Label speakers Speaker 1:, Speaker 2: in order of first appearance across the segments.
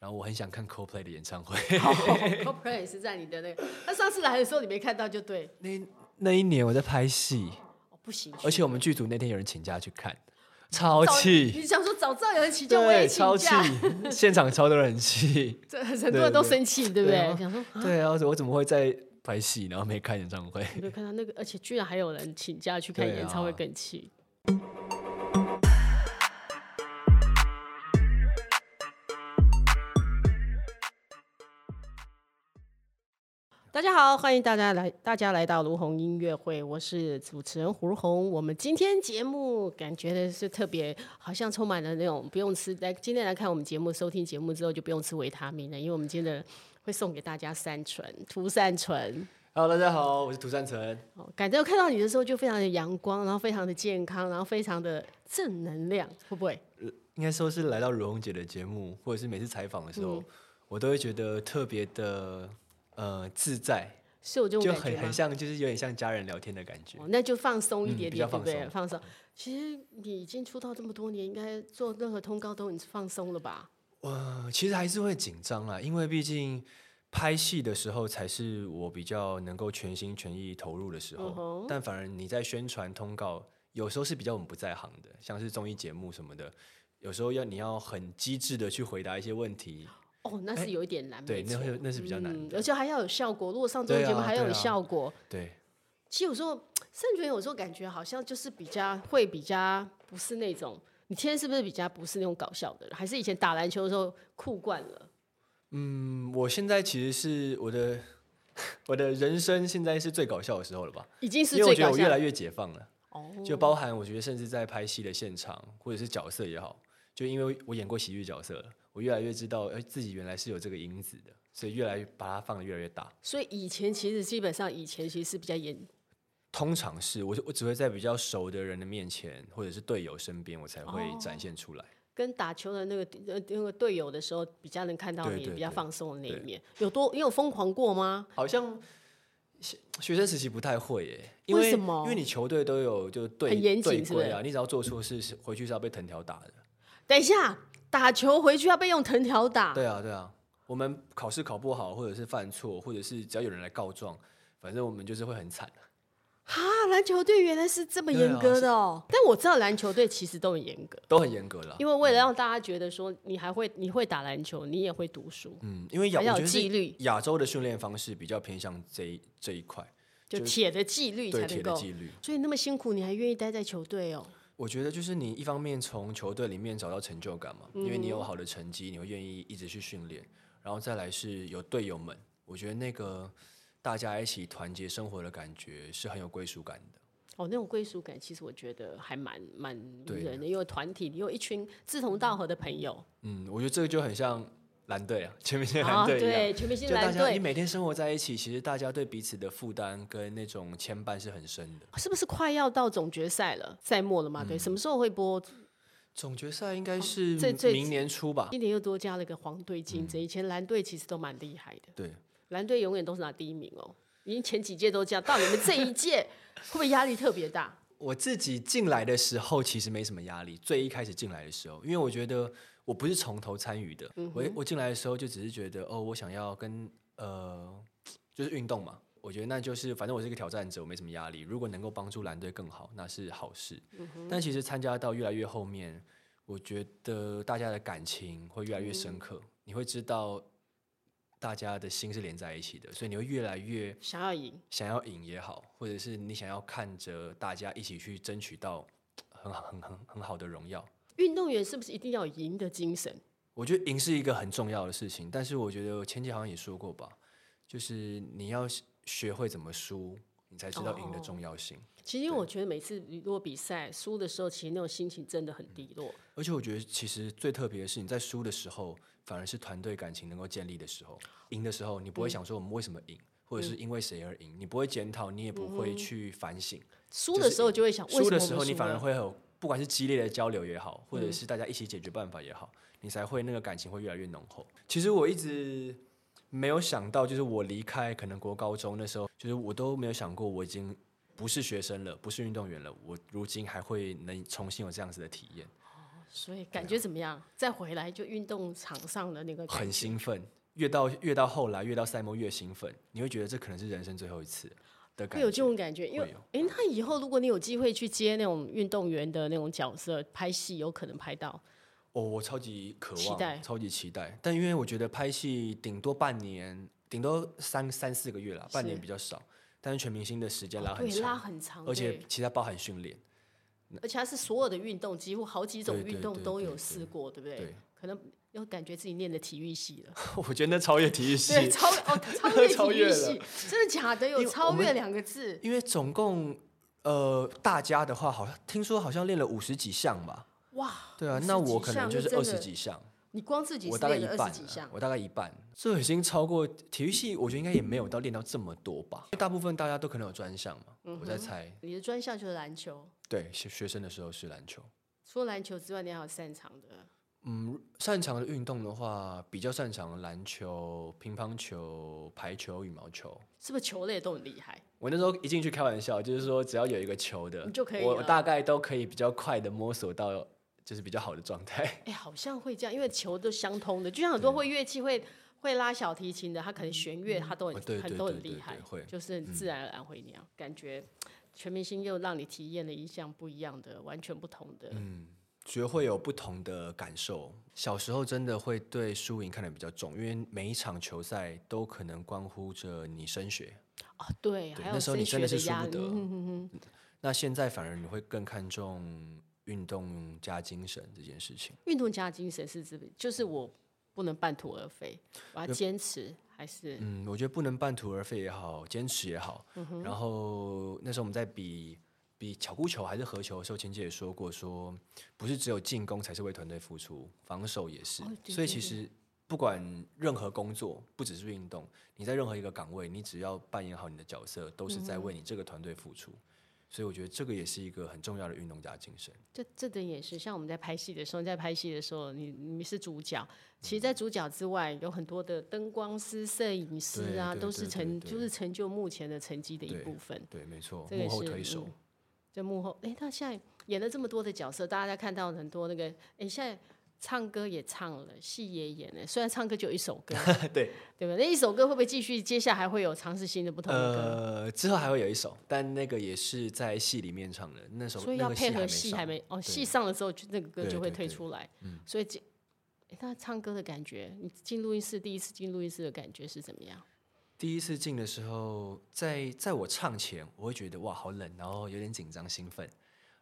Speaker 1: 然后我很想看 Coldplay 的演唱会。
Speaker 2: Coldplay 也是在你的那个，那上次来的时候你没看到就对，
Speaker 1: 那那一年我在拍戏，
Speaker 2: 哦、不行。
Speaker 1: 而且我们剧组那天有人请假去看，超
Speaker 2: 早
Speaker 1: 气，
Speaker 2: 你想说早知道有人请假，我也
Speaker 1: 对，
Speaker 2: 请
Speaker 1: 超气
Speaker 2: 假，，
Speaker 1: 现场超多人很气。
Speaker 2: 这很多人都生气，对不
Speaker 1: 对啊
Speaker 2: 对？想说啊
Speaker 1: 对啊，我我怎么会在拍戏，然后没看演唱会？
Speaker 2: 有没有看到那个，而且居然还有人请假去看
Speaker 1: 对啊
Speaker 2: 演唱会，更气。大家好，欢迎大家来，大家来到卢红音乐会，我是主持人胡红。我们今天节目感觉的是特别，好像充满了那种不用吃。来，今天来看我们节目，收听节目之后就不用吃维他命了，因为我们今天会送给大家三醇涂善醇。
Speaker 1: Hello，大家好，我是涂善成。
Speaker 2: 哦，感觉看到你的时候就非常的阳光，然后非常的健康，然后非常的正能量，会不会？
Speaker 1: 应该说是来到如虹姐的节目，或者是每次采访的时候，
Speaker 2: 嗯
Speaker 1: 我都会觉得特别的呃自在，
Speaker 2: 是有这种
Speaker 1: 就
Speaker 2: 感
Speaker 1: 很
Speaker 2: 觉吗
Speaker 1: 很？像，就是有点像家人聊天的感觉。
Speaker 2: 哦，那就放松一
Speaker 1: 嗯
Speaker 2: 点
Speaker 1: 比较
Speaker 2: 点，对
Speaker 1: 放
Speaker 2: 不对？
Speaker 1: 松
Speaker 2: 放松。其实你已经出道这么多年，应该做任何通告都很放松了吧？
Speaker 1: 呃，其实还是会紧张啦，因为毕竟拍戏的时候才是我比较能够全心全意投入的时候，
Speaker 2: 嗯哼
Speaker 1: 但反而你在宣传通告，有时候是比较我们不在行的，像是综艺节目什么的，有时候要你要很机智的去回答一些问题，
Speaker 2: 哦，那是有一点难，
Speaker 1: 哎对，
Speaker 2: 没
Speaker 1: 那
Speaker 2: 错
Speaker 1: 会那是比较难
Speaker 2: 嗯，
Speaker 1: 的，
Speaker 2: 而且还要有效果。如果上综艺
Speaker 1: 对啊
Speaker 2: 节目还要
Speaker 1: 对
Speaker 2: 有
Speaker 1: 啊
Speaker 2: 效果，
Speaker 1: 对。
Speaker 2: 其实有时候盛权有时候感觉好像就是比较会比较不是那种，你天天是不是比较不是那种搞笑的人？还是以前打篮球的时候酷惯了？
Speaker 1: 嗯，我现在其实是我的 我的人生现在是最搞笑的时候了吧？
Speaker 2: 已经是
Speaker 1: 因为我觉
Speaker 2: 最
Speaker 1: 得
Speaker 2: 搞
Speaker 1: 我越
Speaker 2: 笑
Speaker 1: 来
Speaker 2: 的
Speaker 1: 越解放了，
Speaker 2: 哦。
Speaker 1: 就包含我觉得甚至在拍戏的现场或者是角色也好，就因为我演过喜剧角色了，我越来越知道，哎、自己原来是有这个因子的，所以越来越把它放的越来越大。
Speaker 2: 所以以前其实基本上以前其实是比较严，
Speaker 1: 通常是我我只会在比较熟的人的面前，或者是队友身边，我才
Speaker 2: 哦
Speaker 1: 会展现出来。
Speaker 2: 跟打球的那个呃那个队友的时候比较能看到
Speaker 1: 对
Speaker 2: 你
Speaker 1: 对
Speaker 2: 比较
Speaker 1: 对
Speaker 2: 放松的那一
Speaker 1: 对
Speaker 2: 面。有多你有疯狂过吗？
Speaker 1: 好像学学生时期不太会耶，因
Speaker 2: 为
Speaker 1: 为
Speaker 2: 什么
Speaker 1: 因为你球队都有就队
Speaker 2: 很严谨
Speaker 1: 队
Speaker 2: 是不是
Speaker 1: 规啊，你只要做错事，是回去是要被藤条打的。
Speaker 2: 等一下打球回去要被用藤条打，
Speaker 1: 对啊，对啊，我们考试考不好，或者是犯错，或者是只要有人来告状，反正我们就是会很惨。
Speaker 2: 哈，篮球队原来是这么
Speaker 1: 对啊
Speaker 2: 严格的哦。但我知道篮球队其实都很严格，
Speaker 1: 都很严格啦
Speaker 2: 因。为为了让大家觉得说你还会你会打篮球，你也会读书，
Speaker 1: 嗯，因为亚
Speaker 2: 还要
Speaker 1: 我觉
Speaker 2: 有
Speaker 1: 得
Speaker 2: 纪
Speaker 1: 是
Speaker 2: 律，
Speaker 1: 亚洲的训练方式比较偏向这一这一块，
Speaker 2: 就
Speaker 1: 就
Speaker 2: 铁的纪律
Speaker 1: 对
Speaker 2: 才
Speaker 1: 铁
Speaker 2: 能
Speaker 1: 的
Speaker 2: 够。
Speaker 1: 纪律。
Speaker 2: 所以那么辛苦，你还愿意待在球队哦？
Speaker 1: 我觉得就是你一方面从球队里面找到成就感嘛，因为你
Speaker 2: 嗯
Speaker 1: 有好的成绩，你会愿意一直去训练，然后再来是有队友们，我觉得那个大家一起团结生活的感觉是很有归属感的。
Speaker 2: 哦，那种归属感，其实我觉得还蛮蛮迷
Speaker 1: 对
Speaker 2: 人的，因为团体，你有一群志同道合的 朋友，
Speaker 1: 嗯，我觉得这个就很像蓝队啊，前面的蓝
Speaker 2: 啊，
Speaker 1: 队一样。
Speaker 2: 对，全明星
Speaker 1: 就大
Speaker 2: 蓝
Speaker 1: 家，你
Speaker 2: 队
Speaker 1: 每天生活在一起，其实大家对彼此的负担跟那种牵绊是很深的。
Speaker 2: 是不是快要到总决赛了，赛末了嘛？
Speaker 1: 嗯
Speaker 2: 对，什么时候会播？
Speaker 1: 总决赛应该是
Speaker 2: 这这
Speaker 1: 明年初吧？
Speaker 2: 今年又多加了一个黄队
Speaker 1: 嗯
Speaker 2: 竞争，以前蓝队其实都蛮厉害的，
Speaker 1: 对，
Speaker 2: 蓝队永远都是拿第一名哦，已经前几届都这样，到你们这一 届会不会压力特别大？
Speaker 1: 我自己进来的时候其实没什么压力，最一开始进来的时候，因为我觉得我不是从头参与的，我我进来的时候就只是觉得哦，我想要跟呃，就是运动嘛。我觉得那就是，反正我是一个挑战者，我没什么压力。如果能够帮助蓝队更好，那是好事。但其实参加到越来越后面，我觉得大家的感情会越来越深刻，你会知道大家的心是连在一起的，所以你会越来越
Speaker 2: 想要赢，
Speaker 1: 想要赢也好，或者是你想要看着大家一起去争取到很好、很很很好的荣耀。
Speaker 2: 运动员是不是一定要有赢的精神？
Speaker 1: 我觉得赢是一个很重要的事情，但是我觉得我前几好像也说过吧，就是你要学会怎么输，你才知道赢的重要性。
Speaker 2: 其实因为我觉得每次如果比赛输的时候，其实那种心情真的很低落。
Speaker 1: 而且我觉得其实最特别的是，你在输的时候，反而是团队感情能够建立的时候；赢的时候，你不会想说我们为什么赢，或者是因为谁而赢，你不会检讨，你也不会去反省。
Speaker 2: 输的时候就会想，为
Speaker 1: 输
Speaker 2: 什么
Speaker 1: 的
Speaker 2: 我
Speaker 1: 时候，
Speaker 2: 们
Speaker 1: 你
Speaker 2: 输嗯
Speaker 1: 反而
Speaker 2: 了
Speaker 1: 会有，不管是激烈的交流也好，或者是大家一起解决办法也好，你才会那个感情会越来越浓厚。其实我一直没有想到，就是我离开可能国高中那时候，就是我都没有想过我已经不是学生了，不是运动员了，我如今还会能重新有这样子的体验。
Speaker 2: 所以感觉怎么样？再回来就运动场上的那个感
Speaker 1: 啊很
Speaker 2: 觉
Speaker 1: 兴奋。越到越到后来，越到赛末越兴奋，你会觉得这可能是人生最后一次的感觉
Speaker 2: 会有。这种感觉，因为
Speaker 1: 会有
Speaker 2: 哎，那以后如果你有机会去接那种运动员的那种角色，拍戏有可能拍到，
Speaker 1: 哦，我超级渴
Speaker 2: 期待
Speaker 1: 望，超级期待。但因为我觉得拍戏顶多半年，顶多三三四个月啦，半
Speaker 2: 是哦
Speaker 1: 年比较少。但是全明星的时间拉很
Speaker 2: 对，拉
Speaker 1: 长，
Speaker 2: 很长，
Speaker 1: 而且
Speaker 2: 对
Speaker 1: 其他包含训练。
Speaker 2: 而且它是所有的运动，几乎好几种
Speaker 1: 对对
Speaker 2: 运动
Speaker 1: 对
Speaker 2: 都
Speaker 1: 对
Speaker 2: 有
Speaker 1: 对
Speaker 2: 试过，对不对？
Speaker 1: 对
Speaker 2: 可能又感觉自己念的体育系了，
Speaker 1: 我觉得那超越体育系，
Speaker 2: 对，超越 哦，超越
Speaker 1: 超
Speaker 2: 体
Speaker 1: 越
Speaker 2: 育
Speaker 1: 了
Speaker 2: 系，真的假的？有
Speaker 1: 因为
Speaker 2: 超
Speaker 1: 我们
Speaker 2: 越两个字，
Speaker 1: 因为总共呃大家的话，好像听说好像练了五十几项吧。
Speaker 2: 哇！
Speaker 1: 对啊，
Speaker 2: 50
Speaker 1: 那我
Speaker 2: 几
Speaker 1: 可能
Speaker 2: 项
Speaker 1: 就是
Speaker 2: 真
Speaker 1: 二十
Speaker 2: 的，
Speaker 1: 几项，
Speaker 2: 你光自己
Speaker 1: 我
Speaker 2: 是
Speaker 1: 大概
Speaker 2: 练
Speaker 1: 一
Speaker 2: 了
Speaker 1: 半
Speaker 2: 二十几
Speaker 1: 啊
Speaker 2: 项，，
Speaker 1: 我大概一半，这已经超过体育系，我觉得应该也没有到练到这么多吧。因为大部分大家都可能有专项嘛，
Speaker 2: 嗯
Speaker 1: 我在猜。
Speaker 2: 你的专项就是篮球，
Speaker 1: 对，学学生的时候是篮球。
Speaker 2: 除了篮球之外，你还有擅长的
Speaker 1: 嗯，擅长的运动的话，比较擅长篮球、乒乓球、排球、羽毛球。
Speaker 2: 是不是球类都很厉害？
Speaker 1: 我那时候一进去开玩笑，就是说只要有一个球的，
Speaker 2: 你就可以
Speaker 1: 我
Speaker 2: 了
Speaker 1: 我大概都可以比较快的摸索到，就是比较好的状态。
Speaker 2: 哎、好像会这样，因为球都相通的，就像很多会乐器会会拉小提琴的，他可能弦乐他都很、
Speaker 1: 哦对
Speaker 2: 很
Speaker 1: 对
Speaker 2: 都
Speaker 1: 对
Speaker 2: 很
Speaker 1: 对
Speaker 2: 厉
Speaker 1: 对
Speaker 2: 害，
Speaker 1: 会嗯
Speaker 2: 就是很自然而然会那样。感觉全明星又让你体验了一项不一样的、完全不同的。
Speaker 1: 嗯，学会有不同的感受。小时候真的会对输赢看得比较重，因为每一场球赛都可能关乎着你升学。
Speaker 2: 哦，对，
Speaker 1: 对
Speaker 2: 还有
Speaker 1: 那时候你
Speaker 2: 升
Speaker 1: 真的
Speaker 2: 学
Speaker 1: 是
Speaker 2: 压
Speaker 1: 舍不
Speaker 2: 力，
Speaker 1: 得
Speaker 2: 嗯嗯嗯，
Speaker 1: 那现在反而你会更看重运动加精神这件事情。
Speaker 2: 运动家精神是指就是我不能半途而废，我要坚持，还是嗯
Speaker 1: 嗯，我觉得不能半途而废也好，坚持也好。然后那时候我们在比比巧固球还是合球的时候，前姐也说过说，不是只有进攻才是为团队付出，防守也是。
Speaker 2: 哦对
Speaker 1: 所以
Speaker 2: 对
Speaker 1: 其
Speaker 2: 对
Speaker 1: 实不管任何工作，不只是运动，你在任何一个岗位，你只要扮演好你的角色，都是
Speaker 2: 嗯
Speaker 1: 在为你这个团队付出。所以我觉得这个也是一个很重要的运动家精神。
Speaker 2: 这这点也是，像我们在拍戏的时候，你在拍戏的时候，你你是主角，其实，在主角之外，有很多的灯光师、摄影师啊，
Speaker 1: 对对
Speaker 2: 都是
Speaker 1: 对
Speaker 2: 成
Speaker 1: 对
Speaker 2: 就是成就目前的成绩的一
Speaker 1: 对
Speaker 2: 部分。
Speaker 1: 对，没错，
Speaker 2: 这个
Speaker 1: 幕后
Speaker 2: 是
Speaker 1: 推手。
Speaker 2: 嗯在幕后，哎，那现在演了这么多的角色，大家看到很多那个，哎，现在唱歌也唱了，戏也演了，虽然唱歌就一首歌，
Speaker 1: 对，
Speaker 2: 对吧？那一首歌会不会继续？接下来还会有尝试新的不同的歌，
Speaker 1: 呃，之后还会有一首，但那个也是在戏里面唱的，那首
Speaker 2: 所以
Speaker 1: 那
Speaker 2: 要
Speaker 1: 个
Speaker 2: 配
Speaker 1: 还
Speaker 2: 合
Speaker 1: 没
Speaker 2: 戏
Speaker 1: 上
Speaker 2: 还没哦，
Speaker 1: 对
Speaker 2: 戏上的时候就那个歌
Speaker 1: 对
Speaker 2: 就会
Speaker 1: 对
Speaker 2: 推
Speaker 1: 对嗯
Speaker 2: 出来，所以这诶那唱歌的感觉，你进录音室第一次进录音室的感觉是怎么样？
Speaker 1: 第一次进的时候，在在我唱前，我会觉得哇好冷，然后有点紧张兴奋，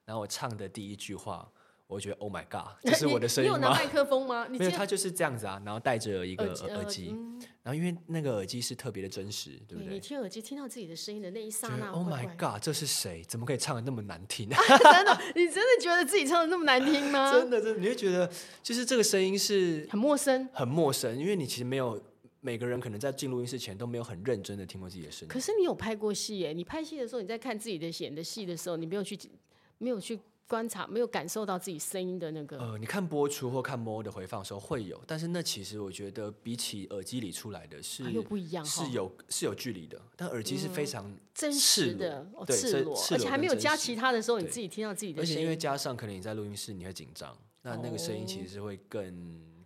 Speaker 1: 然后我唱的第一句话，我会觉得 Oh my God，这是
Speaker 2: 你
Speaker 1: 我的声
Speaker 2: 你
Speaker 1: 音
Speaker 2: 有拿
Speaker 1: 吗？
Speaker 2: 麦克风吗？你
Speaker 1: 没有，
Speaker 2: 这
Speaker 1: 他就是这样子啊，然后戴着一个
Speaker 2: 耳机呃嗯
Speaker 1: 耳耳机，然后因为那个耳机是特别的真实，对不
Speaker 2: 你
Speaker 1: 对？
Speaker 2: 听耳机听到自己的声音的那一刹
Speaker 1: 觉得
Speaker 2: 那
Speaker 1: Oh
Speaker 2: 会
Speaker 1: my
Speaker 2: 不会
Speaker 1: God，这是谁？怎么可以唱的那么难听？
Speaker 2: 真的， 你真的觉得自己唱的那么难听吗？
Speaker 1: 真的，真的，你会觉得就是这个声音是
Speaker 2: 很陌生。
Speaker 1: 很陌生，因为你其实没有每个人可能在进录音室前都没有很认真的听过自己的声音
Speaker 2: 可。是你有拍过戏耶？你拍戏的时候，你在看自己的演的戏的时候，你没有去没有去观察，没有感受到自己声音的那个。
Speaker 1: 呃，你看播出或看摸的回放的时候会有，但是那其实我觉得比起耳机里出来的是、
Speaker 2: 啊又不一样哈嗯
Speaker 1: 是有是有距离的，但耳机是非常
Speaker 2: 真
Speaker 1: 赤
Speaker 2: 实
Speaker 1: 裸
Speaker 2: 的，哦
Speaker 1: 对
Speaker 2: 赤裸，而且还没有加。
Speaker 1: 跟真
Speaker 2: 其
Speaker 1: 实
Speaker 2: 他的时候，你
Speaker 1: 对
Speaker 2: 自己听到自己的
Speaker 1: 而且
Speaker 2: 声
Speaker 1: 因为
Speaker 2: 音，
Speaker 1: 加上可能你在录音室你会紧张，那那个声音其实是会更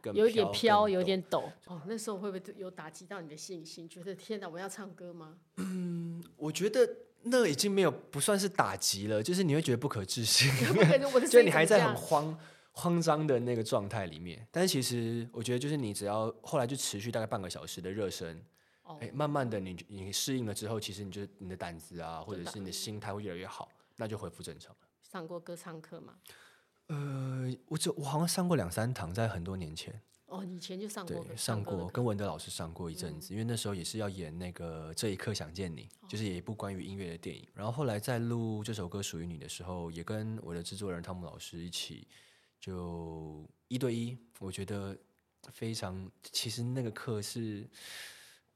Speaker 1: 更
Speaker 2: 有一点飘，
Speaker 1: 更
Speaker 2: 有
Speaker 1: 抖
Speaker 2: 点抖。哦，那时候会不会有打击到你的信心？觉得天哪，我要唱歌吗？
Speaker 1: 我觉得那已经没有不算是打击了，就是你会觉得不可置信。
Speaker 2: 我感觉我 的
Speaker 1: 就
Speaker 2: 声音
Speaker 1: 你还
Speaker 2: 怎
Speaker 1: 在
Speaker 2: 么
Speaker 1: 很
Speaker 2: 这样
Speaker 1: 慌慌张的那个状态里面，但是其实我觉得就是你只要后来就持续大概半个小时的热身，哎、
Speaker 2: 哦
Speaker 1: 慢慢的你你适应了之后，其实你就你的胆子啊，或者
Speaker 2: 真的
Speaker 1: 是你的心态会越来越好，那就恢复正常了。
Speaker 2: 上过歌唱课吗？
Speaker 1: 呃，我只我好像上过两三堂，在很多年前，
Speaker 2: 哦，你以前就上
Speaker 1: 对
Speaker 2: 过，歌
Speaker 1: 上
Speaker 2: 歌嗯的
Speaker 1: 过
Speaker 2: 课
Speaker 1: 跟文德老师上过一阵子，因为那时候也是要演那个《这一刻想见你》，
Speaker 2: 哦
Speaker 1: 就是也一部关于音乐的电影。然后后来在录这首歌属于你的时候，也跟我的制作人汤姆老师一起就一对一，我觉得非常，其实那个课是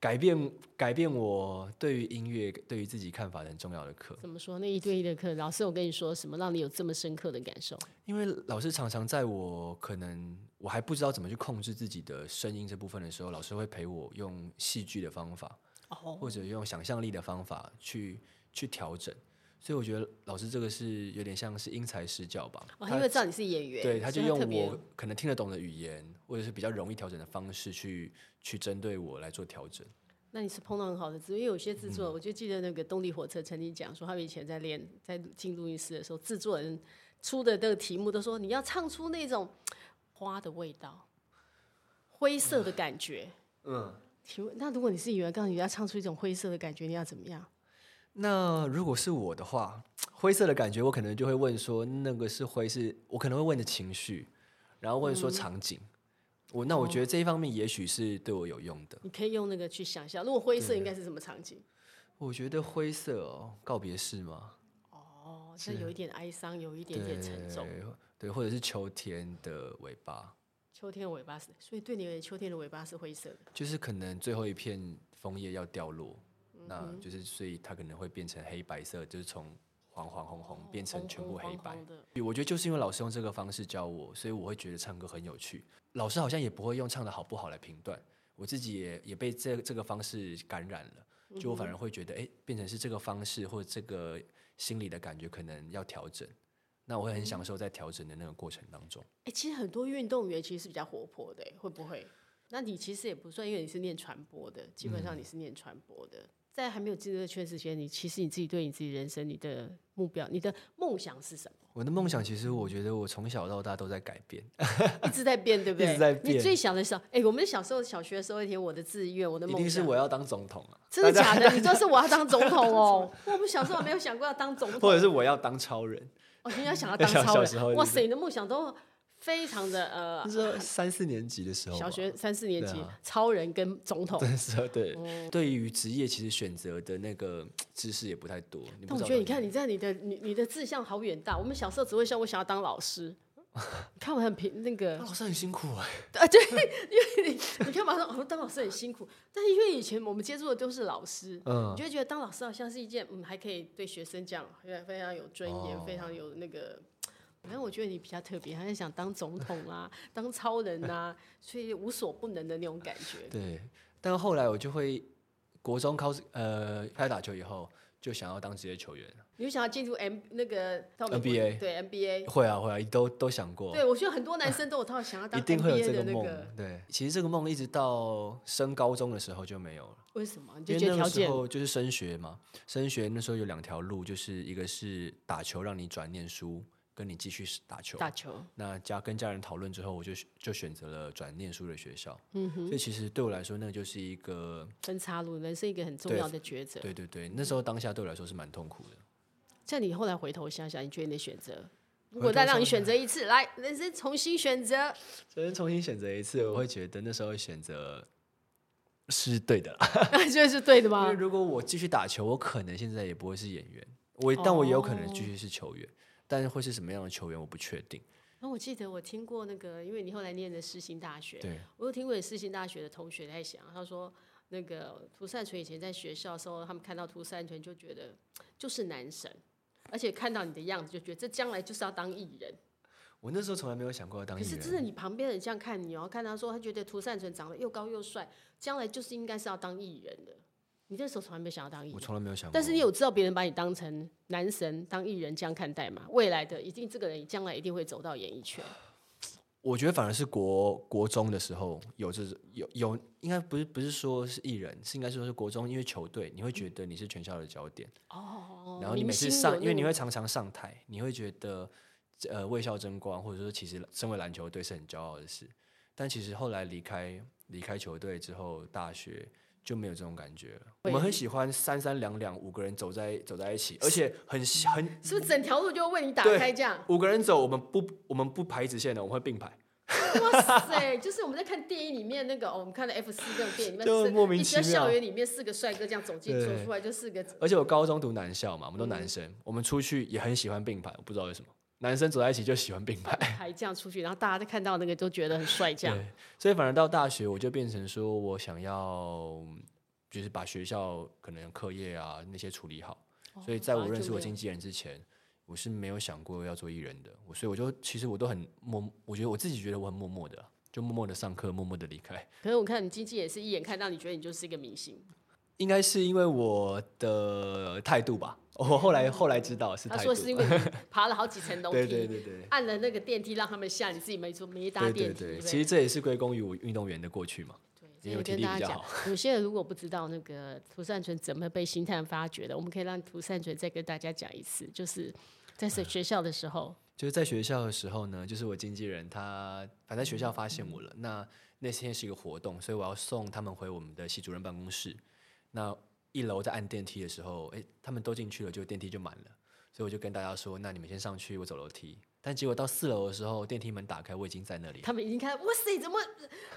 Speaker 1: 改变改变我对于音乐、对于自己看法的很重要的课。
Speaker 2: 怎么说？那一对一的课，老师有跟你说什么让你有这么深刻的感受？
Speaker 1: 因为老师常常在我可能我还不知道怎么去控制自己的声音这部分的时候，老师会陪我用戏剧的方法。
Speaker 2: 哦，
Speaker 1: 或者用想象力的方法去去调整。所以我觉得老师这个是有点像是因材施教吧。
Speaker 2: 哦，
Speaker 1: 他
Speaker 2: 因为知道你是演员，
Speaker 1: 对，他
Speaker 2: 所
Speaker 1: 就
Speaker 2: 以
Speaker 1: 用
Speaker 2: 特别
Speaker 1: 我可能听得懂的语言，或者是比较容易调整的方式去去针对我来做调整。
Speaker 2: 那你是碰到很好的制作，因为有些制
Speaker 1: 嗯
Speaker 2: 作，我就记得那个动力火车曾经讲说，他们以前在练在进录音室的时候，制作人出的那个题目都说你要唱出那种花的味道、灰色的感觉。
Speaker 1: 嗯，
Speaker 2: 请问，那如果你是演员，告诉你要唱出一种灰色的感觉，你要怎么样？
Speaker 1: 那如果是我的话，灰色的感觉，我可能就会问说，那个是灰是，我可能会问的情绪，然后问说场景。我那我觉得这一方面也许是对我有用的。
Speaker 2: 你可以用那个去想象，如果灰色应该是什么场景？
Speaker 1: 我觉得灰色哦，告别式吗？
Speaker 2: 哦，这有一点哀伤，有一点点沉重。
Speaker 1: 对对，或者是秋天的尾巴，
Speaker 2: 秋天的尾巴是，所以对你而言，秋天的尾巴是灰色的。
Speaker 1: 就是可能最后一片枫叶要掉落，
Speaker 2: 嗯
Speaker 1: 那就是所以它可能会变成黑白色，就是从黄黄红红嗯变成全部黑白。
Speaker 2: 红红的。
Speaker 1: 我觉得就是因为老师用这个方式教我，所以我会觉得唱歌很有趣。老师好像也不会用唱的好不好来评断，我自己也也被这这个方式感染
Speaker 2: 嗯
Speaker 1: 了，就我反而会觉得，哎、变成是这个方式或者这个心理的感觉可能要调整。那我会很享受在调整的那个过程当中。
Speaker 2: 哎、其实很多运动员其实是比较活泼的，欸会不会？那你其实也不算，因为你是念传播的，基本上
Speaker 1: 嗯
Speaker 2: 你是念传播的。在还没有进这个圈之前，你其实你自己对你自己人生、你的目标、你的梦想是什么？
Speaker 1: 我的梦想其实我觉得我从小到大都在改变，
Speaker 2: 一直在变，对不
Speaker 1: 一
Speaker 2: 对？
Speaker 1: 直在
Speaker 2: 你
Speaker 1: 变
Speaker 2: 最小的时候，哎、我们小时候小学的时候，填我的志愿，我的
Speaker 1: 一
Speaker 2: 梦
Speaker 1: 定是
Speaker 2: 想，
Speaker 1: 我要当总统啊，
Speaker 2: 真的假的？你说是我要当总 统哦？我们小时候没有想过要当总统，
Speaker 1: 或者是我要当超人。
Speaker 2: 哦，你要想要当
Speaker 1: 小
Speaker 2: 超
Speaker 1: 小时候
Speaker 2: 人，哇
Speaker 1: 就是
Speaker 2: 塞，你的梦想都非常的呃
Speaker 1: 那，时候三四年级的时候吧，
Speaker 2: 小学三四年
Speaker 1: 对
Speaker 2: 级，
Speaker 1: 啊
Speaker 2: 超人跟总统。
Speaker 1: 那时候啊对，
Speaker 2: 哦
Speaker 1: 对于职业其实选择的那个知识也不太多。你不
Speaker 2: 但我
Speaker 1: 知道
Speaker 2: 觉得你
Speaker 1: 到底
Speaker 2: 看你在你的你你的志向好远大，我们小时候只会想我想要当 老师，你看我很平那个
Speaker 1: 当老师很辛苦哎、
Speaker 2: 啊，对，因为你你看嘛说哦当老师很辛苦，但是因为以前我们接触的都是老师，你
Speaker 1: 嗯，
Speaker 2: 就会觉得当老师好像是一件嗯还可以对学生讲非常非常有尊严，
Speaker 1: 哦
Speaker 2: 非常有那个。反正我觉得你比较特别，还是想当总统啊，当超人啊，所以无所不能的那种感觉。
Speaker 1: 对。但后来我就会国中考试呃开始打球以后，就想要当职业球员。
Speaker 2: 你就想要进入 M 那个到美国
Speaker 1: NBA
Speaker 2: 对 NBA，
Speaker 1: 会啊会啊，都都想过，
Speaker 2: 对我觉得很多男生都有他想要当
Speaker 1: 一定会有
Speaker 2: NBA
Speaker 1: 这
Speaker 2: 的
Speaker 1: 个
Speaker 2: 那
Speaker 1: 梦。
Speaker 2: 个。
Speaker 1: 对，其实这个梦一直到升高中的时候就没有了。
Speaker 2: 为什么？你
Speaker 1: 因
Speaker 2: 就
Speaker 1: 为
Speaker 2: 觉
Speaker 1: 那
Speaker 2: 得条
Speaker 1: 个时
Speaker 2: 件
Speaker 1: 候就是升学嘛，升学那时候有两条路，就是一个是打球让你转念书，跟你继续打球。
Speaker 2: 打球，
Speaker 1: 那家跟家人讨论之后，我就就选择了转念书的学校。
Speaker 2: 嗯
Speaker 1: 所以其实对我来说，那就是一个
Speaker 2: 分岔路，人生一个很重
Speaker 1: 对
Speaker 2: 要的抉择。
Speaker 1: 对对对，那时候当下对我来说是蛮痛苦的。
Speaker 2: 在你后来回头想想，你觉得你的选择，如
Speaker 1: 回
Speaker 2: 果
Speaker 1: 头
Speaker 2: 再让你
Speaker 1: 想
Speaker 2: 选择一次，来，人生重新选择，
Speaker 1: 只能重新选择一次，我会觉得那时候选择是对的啦。
Speaker 2: 那就是对的
Speaker 1: 因为
Speaker 2: 吗？
Speaker 1: 如果我继续打球，我可能现在也不会是演员，我但我也有可能
Speaker 2: 哦
Speaker 1: 继续是球员，但会是什么样的球员我不确定。
Speaker 2: 那我记得我听过那个，因为你后来念的世新大学，
Speaker 1: 对，
Speaker 2: 我有听过你世新大学的同学在想，他说那个涂善存以前在学校的时候，他们看到涂善存就觉得就是男神，而且看到你的样子就觉得这将来就是要当艺人。
Speaker 1: 我那时候从来没有想过要当
Speaker 2: 可
Speaker 1: 艺
Speaker 2: 是
Speaker 1: 人。
Speaker 2: 真的，你旁边人这样看你哦，看他说他觉得涂善存长得又高又帅，将来就是应该是要当艺人的。你那时候从来没想要当艺
Speaker 1: 我
Speaker 2: 人，
Speaker 1: 从来没有想过。
Speaker 2: 但是你有知道别人把你当成男神、当艺人这样看待吗？未来的一定这个人将来一定会走到演艺圈，
Speaker 1: 我觉得反而是国国中的时候有这有有，应该不是不是说是艺人，是应该说是国中，因为球队你会觉得你是全校的焦点，
Speaker 2: 哦
Speaker 1: 然后你每次上，因为你会常常上台，你会觉得呃为校争光，或者说其实身为篮球队是很骄傲的事。但其实后来离开离开球队之后，大学就没有这种感觉了。我们很喜欢三三两两五个人走在走在一起，而且很很
Speaker 2: 是不是整条路就会为你打
Speaker 1: 对
Speaker 2: 开这样？
Speaker 1: 五个人走，我们不我们不排直线的，我们会并排。
Speaker 2: 哇塞，就是我们在看电影里面那个，哦、我们看的 F 四这种电影里面
Speaker 1: 就
Speaker 2: 四，
Speaker 1: 莫名
Speaker 2: 一
Speaker 1: 其
Speaker 2: 直在校
Speaker 1: 妙
Speaker 2: 园里面四个帅哥这样走进
Speaker 1: 对
Speaker 2: 走出来，就四个
Speaker 1: 而且我高中读男校嘛，我们都
Speaker 2: 嗯
Speaker 1: 男生，我们出去也很喜欢并排，我不知道为什么，男生走在一起就喜欢并排。
Speaker 2: 还这样出去，然后大家都看到那个都觉得很帅这样。
Speaker 1: 对， 所以反而到大学，我就变成说我想要就是把学校可能课业啊那些处理好。所以在
Speaker 2: 反
Speaker 1: 我
Speaker 2: 而
Speaker 1: 认
Speaker 2: 哦就
Speaker 1: 识我
Speaker 2: 没有
Speaker 1: 经纪人之前，我是没有想过要做艺人的。我所以我就其实我都很默，我觉得我自己觉得我很默默的，就默默的上课，默默的离开。
Speaker 2: 可是我看你经纪也是一眼看到你觉得你就是一个明星，
Speaker 1: 应该是因为我的态度吧，我后来后来知道是
Speaker 2: 嗯他
Speaker 1: 态
Speaker 2: 说
Speaker 1: 度，
Speaker 2: 是因为你爬了好几 层楼梯，
Speaker 1: 对对对对
Speaker 2: 按了那个电梯让他们下，你自己没坐没搭
Speaker 1: 对对
Speaker 2: 电梯。
Speaker 1: 对，
Speaker 2: 不
Speaker 1: 其实这也是归功于我运动员的过去嘛。
Speaker 2: 对
Speaker 1: 因为
Speaker 2: 所以
Speaker 1: 体
Speaker 2: 哎跟
Speaker 1: 力
Speaker 2: 大
Speaker 1: 比
Speaker 2: 家
Speaker 1: 较
Speaker 2: 讲，有些人如果不知道那个涂善存怎么被星探发掘的，我们可以让涂善存再跟大家讲一次，就是在学学校的时候，
Speaker 1: 就是在学校的时候呢，就是我经纪人他反正学校发现我了，那那天是一个活动，所以我要送他们回我们的系主任办公室。那一楼在按电梯的时候，诶，他们都进去了，就电梯就满了，所以我就跟大家说，那你们先上去，我走楼梯。但结果到四楼的时候，电梯门打开，我已经在那里了。
Speaker 2: 他们已经看，哇塞，怎么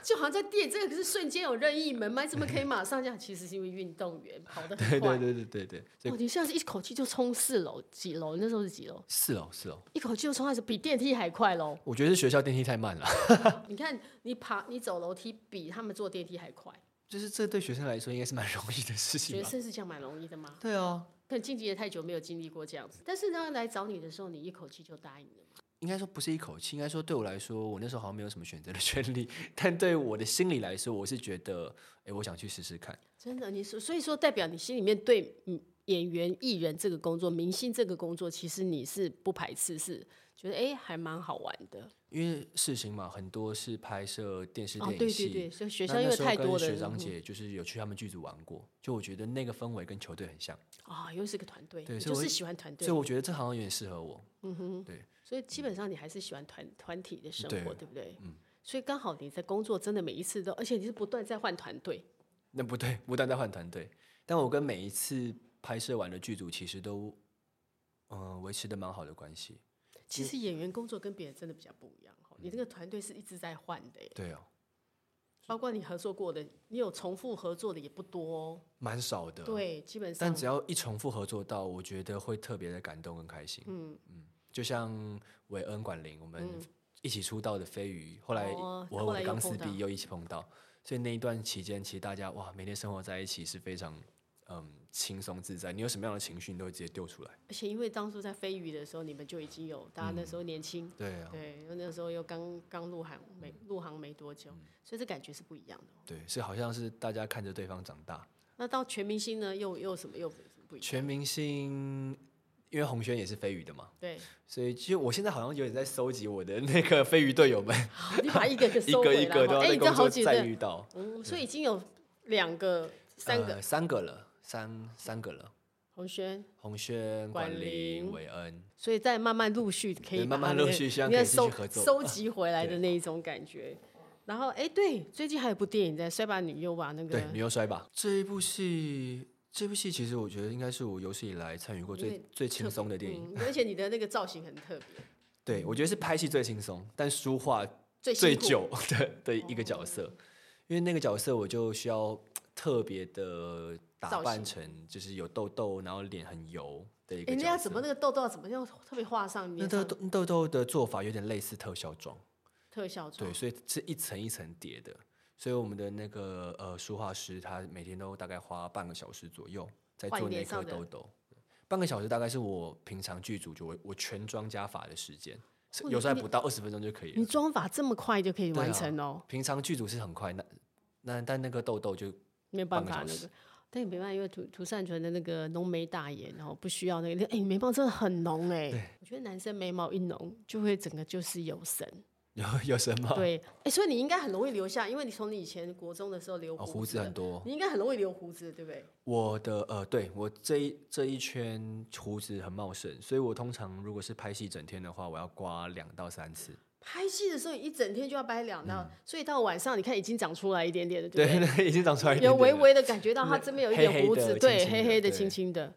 Speaker 2: 就好像在电，这个是瞬间有任意门吗？怎么可以马上这样？其实是因为运动员跑 得
Speaker 1: 对对
Speaker 2: 很快。
Speaker 1: 对对对对，所以
Speaker 2: 哦，你像是一口气就冲四楼，几楼？那时候是几楼？
Speaker 1: 四楼四楼，
Speaker 2: 一口气就冲上去，比电梯还快喽！
Speaker 1: 我觉得是学校电梯太慢了，
Speaker 2: 你看，你爬，你走楼梯比他们坐电梯还快，
Speaker 1: 就是这对学生来说应该是蛮啊容易的事情
Speaker 2: 学
Speaker 1: 吧？
Speaker 2: 生是这样蛮容易的吗？
Speaker 1: 对啊，
Speaker 2: 可能晋级也太久没有经历过这样子，但是呢，来找你的时候，你一口气就答应了嘛。
Speaker 1: 应该说不是一口气，应该说对我来说，我那时候好像没有什么选择的 权利，但对我的心里来说，我是觉得，哎，我想去试试看。
Speaker 2: 真的，你说，所以说代表你心里面对嗯演员、艺人这个工作、明星这个工作，其实你是不排斥，是觉得哎、诶还蛮好玩的。
Speaker 1: 因为事情嘛，很多是拍摄电视、
Speaker 2: 哦，
Speaker 1: 电影
Speaker 2: 对对
Speaker 1: 戏，
Speaker 2: 对，所以学
Speaker 1: 那
Speaker 2: 校因
Speaker 1: 那
Speaker 2: 为
Speaker 1: 时候
Speaker 2: 太
Speaker 1: 跟
Speaker 2: 多了，
Speaker 1: 学长
Speaker 2: 嗯
Speaker 1: 姐就是有去他们剧组玩过，就我觉得那个氛围跟球队很像，
Speaker 2: 啊、又是个团队，
Speaker 1: 对
Speaker 2: 你
Speaker 1: 所以
Speaker 2: 就
Speaker 1: 我
Speaker 2: 是喜欢团队
Speaker 1: 所以，我觉得这好像有点适合我。
Speaker 2: 嗯哼，
Speaker 1: 对，
Speaker 2: 所以基本上你还是喜欢团团体的生
Speaker 1: 对
Speaker 2: 活，对不对？嗯，所以刚好你在工作真的每一次都，而且你是不断在换团队，
Speaker 1: 那不对，不断在换团队，但我跟每一次拍摄完的剧组其实都，嗯、维持的蛮好的关系。嗯
Speaker 2: 其实演员工作跟别人真的比较不一样哦，你这个团队是一直在换的耶，
Speaker 1: 对哦，
Speaker 2: 包括你合作过的，你有重复合作的也不多哦。
Speaker 1: 蛮少的。
Speaker 2: 对，基本
Speaker 1: 但
Speaker 2: 上
Speaker 1: 只要一重复合作到，我觉得会特别的感动跟开心。
Speaker 2: 嗯
Speaker 1: 就像韦恩、管林，我们一起出道的飞鱼，后来
Speaker 2: 哦
Speaker 1: 我
Speaker 2: 后
Speaker 1: 和我
Speaker 2: 来
Speaker 1: 的
Speaker 2: 又
Speaker 1: 钢
Speaker 2: 碰
Speaker 1: 丝
Speaker 2: 到
Speaker 1: B 又一起碰到，所以那一段期间，其实大家哇，每天生活在一起是非常嗯轻松自在。你有什么样的情绪，你都会直接丢出来。
Speaker 2: 而且因为当初在飞鱼的时候，你们就已经有，大家
Speaker 1: 嗯
Speaker 2: 那时候年轻，
Speaker 1: 对啊，
Speaker 2: 对，因为那时候又刚刚入行没
Speaker 1: 嗯
Speaker 2: 入行没多久，所以这感觉是不一样的哦。
Speaker 1: 对，是好像是大家看着对方长大。
Speaker 2: 那到全明星呢，又又什么又不不一样？
Speaker 1: 全明星，因为洪轩也是飞鱼的嘛，
Speaker 2: 对，
Speaker 1: 所以其实我现在好像有点在收集我的那个飞鱼队友们，
Speaker 2: 好你把一个一 个
Speaker 1: 一
Speaker 2: 收
Speaker 1: 个
Speaker 2: 回
Speaker 1: 一
Speaker 2: 来
Speaker 1: 个
Speaker 2: 哈
Speaker 1: 都要
Speaker 2: 哎，
Speaker 1: 在
Speaker 2: 你这
Speaker 1: 工
Speaker 2: 好
Speaker 1: 作
Speaker 2: 几
Speaker 1: 站
Speaker 2: 对，
Speaker 1: 遇到。
Speaker 2: 嗯，所以已经有两个、三个，
Speaker 1: 呃、三个了，三三个了，
Speaker 2: 洪轩，
Speaker 1: 洪轩、
Speaker 2: 管
Speaker 1: 管林、
Speaker 2: 林
Speaker 1: 韦恩，
Speaker 2: 所以再慢慢陆续可以
Speaker 1: 对
Speaker 2: 把
Speaker 1: 慢
Speaker 2: 它
Speaker 1: 慢
Speaker 2: 那
Speaker 1: 陆
Speaker 2: 个
Speaker 1: 续希望
Speaker 2: 你
Speaker 1: 可
Speaker 2: 要
Speaker 1: 以继续
Speaker 2: 收
Speaker 1: 合作
Speaker 2: 收集回来的
Speaker 1: 对
Speaker 2: 那一种感觉。然后，哎，对，最近还有部电影在《摔吧女优》吧，那个
Speaker 1: 对，女优摔吧这一部戏，这部戏其实我觉得应该是我有史以来参与过
Speaker 2: 因为
Speaker 1: 最最轻松的电影。
Speaker 2: 嗯，而且你的那个造型很 特别，
Speaker 1: 对，我觉得是拍戏最轻松，但书画
Speaker 2: 最
Speaker 1: 最
Speaker 2: 辛苦 哦
Speaker 1: 久的的一个角色，因为那个角色我就需要特别的打
Speaker 2: 造
Speaker 1: 扮
Speaker 2: 型
Speaker 1: 成就是有痘痘，然后脸很油的一个
Speaker 2: 哎，那
Speaker 1: 角
Speaker 2: 要
Speaker 1: 色
Speaker 2: 怎。么那个痘痘要怎么样特别画上
Speaker 1: 那
Speaker 2: 面
Speaker 1: 痘
Speaker 2: 上
Speaker 1: 痘痘痘的做法有点类似特效妆。
Speaker 2: 特效妆
Speaker 1: 对，？所以是一层一层叠的。所以我们的那个呃书画师，他每天都大概花半个小时左右在
Speaker 2: 换
Speaker 1: 做
Speaker 2: 脸
Speaker 1: 那
Speaker 2: 上
Speaker 1: 颗
Speaker 2: 的
Speaker 1: 痘痘。半个小时大概是我平常剧组就我我全妆加法的时间，是
Speaker 2: 哇
Speaker 1: 有时候
Speaker 2: 你
Speaker 1: 还不到二十分钟就可以
Speaker 2: 你
Speaker 1: 了。
Speaker 2: 妆法这么快就可以
Speaker 1: 对
Speaker 2: 完
Speaker 1: 啊
Speaker 2: 成哦，
Speaker 1: 平常剧组是很快，那那但那个痘痘就
Speaker 2: 没有办
Speaker 1: 半
Speaker 2: 法
Speaker 1: 个
Speaker 2: 那
Speaker 1: 小
Speaker 2: 个。但也没办法，因为涂涂善存的那个浓眉大眼，然后不需要那个，哎、你眉毛真的很浓哎、我觉得男生眉毛一浓，就会整个就是有 神。
Speaker 1: 有有什么？
Speaker 2: 对，哎、所以你应该很容易留下，因为你从你以前国中的时候留
Speaker 1: 哦，
Speaker 2: 胡
Speaker 1: 胡
Speaker 2: 子
Speaker 1: 子
Speaker 2: 的，
Speaker 1: 很多。
Speaker 2: 你应该很容易留胡子，对不对？
Speaker 1: 我的呃，对我这一这一圈胡子很茂盛，所以我通常如果是拍戏整天的话，我要刮两到三次。
Speaker 2: 拍戏的时候一整天就要掰两道，所以到晚上你看已经长出来一点点了，对不
Speaker 1: 嗯对，
Speaker 2: 对？
Speaker 1: 那已经长出来一点
Speaker 2: 有微
Speaker 1: 点了
Speaker 2: 微的感觉到他这边有一
Speaker 1: 黑
Speaker 2: 点
Speaker 1: 黑
Speaker 2: 胡
Speaker 1: 的
Speaker 2: 子，
Speaker 1: 青
Speaker 2: 对，
Speaker 1: 青
Speaker 2: 黑
Speaker 1: 的
Speaker 2: 黑的、
Speaker 1: 对
Speaker 2: 青青的。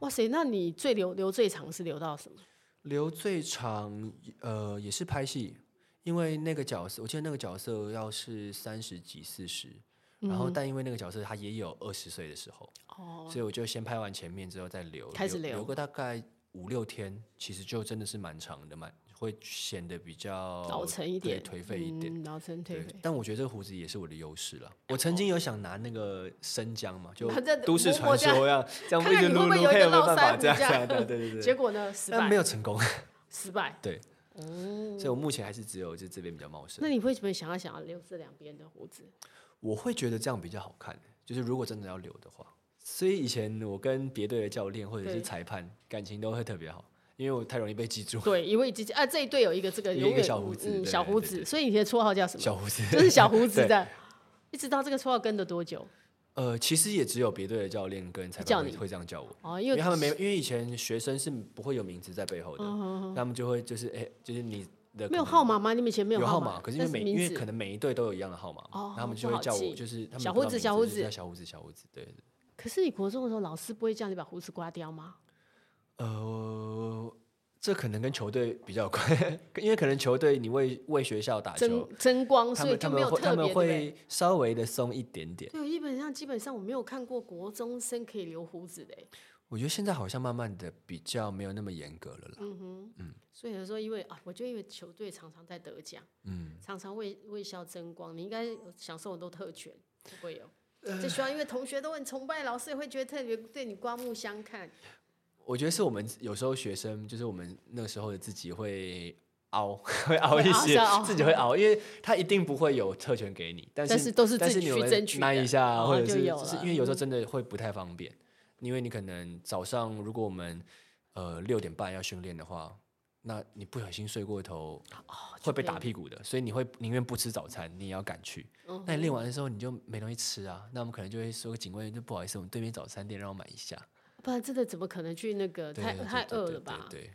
Speaker 2: 哇塞，那你最留留最长是留到什么？
Speaker 1: 留最长，呃，也是拍戏，因为那个角色，我记得那个角色要是三十几、四十，
Speaker 2: 嗯
Speaker 1: 然后但因为那个角色他也有二十岁的时候，
Speaker 2: 哦，
Speaker 1: 所以我就先拍完前面之后再留，
Speaker 2: 开始
Speaker 1: 留，
Speaker 2: 留
Speaker 1: 留个大概五六天，其实就真的是蛮长的，蛮会显得比较
Speaker 2: 老成一
Speaker 1: 对
Speaker 2: 点，
Speaker 1: 颓废一点。
Speaker 2: 嗯，老成颓
Speaker 1: 对
Speaker 2: 废。，哦
Speaker 1: 但我觉得这个胡子也是我的优势了。我曾经有想拿那个生姜嘛， 就
Speaker 2: 这
Speaker 1: 都市
Speaker 2: 摸摸
Speaker 1: 传
Speaker 2: 这样
Speaker 1: 说呀，这样
Speaker 2: 看
Speaker 1: 一
Speaker 2: 看
Speaker 1: 直
Speaker 2: 你会
Speaker 1: 撸
Speaker 2: 不
Speaker 1: 撸，
Speaker 2: 会
Speaker 1: 看
Speaker 2: 有
Speaker 1: 有
Speaker 2: 一个
Speaker 1: 没有
Speaker 2: 络
Speaker 1: 办法
Speaker 2: 腮胡
Speaker 1: 这样
Speaker 2: 这
Speaker 1: 这
Speaker 2: 样
Speaker 1: 样， 对对 对
Speaker 2: 结
Speaker 1: 对，
Speaker 2: 果呢，失
Speaker 1: 但没
Speaker 2: 败，
Speaker 1: 有成功。
Speaker 2: 失败。
Speaker 1: 对，
Speaker 2: 嗯
Speaker 1: 所以我目前还是只有就这边比较茂盛
Speaker 2: 那。你为什么想要 想要留这两边的胡子？
Speaker 1: 欸我会觉得这样比较好看，就是如果真的要留的话，所以以前我跟别队的教练或者是
Speaker 2: 对
Speaker 1: 裁判感情都会特别好，因为我太容易被记住。
Speaker 2: 对，因为已经啊这一队有一个这个
Speaker 1: 一个
Speaker 2: 永远
Speaker 1: 小胡子对
Speaker 2: 嗯，
Speaker 1: 对
Speaker 2: 小胡
Speaker 1: 对对
Speaker 2: 子，
Speaker 1: 对
Speaker 2: 所以你的绰号叫什么？
Speaker 1: 小胡子
Speaker 2: 就是 小胡子
Speaker 1: 对
Speaker 2: 的。一直到这个绰号跟了多久？
Speaker 1: 呃，其实也只有别队的教练跟裁
Speaker 2: 叫
Speaker 1: 判会
Speaker 2: 你
Speaker 1: 会这样叫我，
Speaker 2: 哦，因
Speaker 1: 因
Speaker 2: 为
Speaker 1: 为他们没，因为以前学生是不会有名字在背
Speaker 2: 嗯
Speaker 1: 后的，他们就会就是哎、就是你的
Speaker 2: 没有
Speaker 1: 可能
Speaker 2: 号码吗？你们以前没
Speaker 1: 有
Speaker 2: 号
Speaker 1: 码，可是因
Speaker 2: 但
Speaker 1: 为每
Speaker 2: 是名
Speaker 1: 因为
Speaker 2: 字
Speaker 1: 可能每一队都有一样的号码嘛，
Speaker 2: 哦
Speaker 1: 然后他们
Speaker 2: 不
Speaker 1: 就会
Speaker 2: 好
Speaker 1: 叫
Speaker 2: 记
Speaker 1: 我就是他们
Speaker 2: 小
Speaker 1: 也不
Speaker 2: 胡
Speaker 1: 知道名
Speaker 2: 子小
Speaker 1: 字
Speaker 2: 胡
Speaker 1: 就是
Speaker 2: 子
Speaker 1: 叫小胡子小胡子，对对对
Speaker 2: 可是你国中的时候，老师不会叫你把胡子刮掉吗？
Speaker 1: 呃，这可能跟球队比较有关， 因为可能球队你为为学校打
Speaker 2: 争
Speaker 1: 球，
Speaker 2: 争光，
Speaker 1: 啊他
Speaker 2: 所以
Speaker 1: 们他
Speaker 2: 就没有
Speaker 1: 们会他
Speaker 2: 特别
Speaker 1: 们
Speaker 2: 对不对。
Speaker 1: 会稍微的松一点点。
Speaker 2: 对，基本上基本上我没有看过国中生可以留胡子的欸，
Speaker 1: 我觉得现在好像慢慢的比较没有那么严格了啦。
Speaker 2: 嗯哼，所以有时候因为啊，我就因为球队常常在得奖，
Speaker 1: 嗯，
Speaker 2: 常常为为校争光，你应该享受很多特权，会不会有？
Speaker 1: 呃
Speaker 2: 在学校，因为同学都很崇拜，老师也会觉得特别对你刮目相看。
Speaker 1: 我觉得是我们有时候学生就是我们那个时候的自己会熬， 会熬
Speaker 2: 会
Speaker 1: 一
Speaker 2: 熬
Speaker 1: 些
Speaker 2: 是熬，
Speaker 1: 自己会熬，因为他一定不会有特权给你，但是
Speaker 2: 但是都是
Speaker 1: 但
Speaker 2: 自己
Speaker 1: 你有
Speaker 2: 去
Speaker 1: 没有
Speaker 2: 争取
Speaker 1: 慢
Speaker 2: 的
Speaker 1: 一下，
Speaker 2: 哦
Speaker 1: 或者
Speaker 2: 就是有
Speaker 1: 就是
Speaker 2: 了嗯
Speaker 1: 因为有时候真的会不太方便，因为你可能早上如果我们呃六点半要训练的话。那你不小心睡过头，
Speaker 2: 哦
Speaker 1: 会被打屁股的，所以你会宁愿不吃早餐，你也要赶去。
Speaker 2: 嗯
Speaker 1: 那你练完的时候你就没东西吃啊，那我们可能就会说警卫，就不好意思，我们对面早餐店让我买一下。
Speaker 2: 不然真的怎么可能去那个？
Speaker 1: 对
Speaker 2: 太
Speaker 1: 对
Speaker 2: 太
Speaker 1: 对
Speaker 2: 饿
Speaker 1: 对
Speaker 2: 了
Speaker 1: 对嗯
Speaker 2: 吧？
Speaker 1: 对，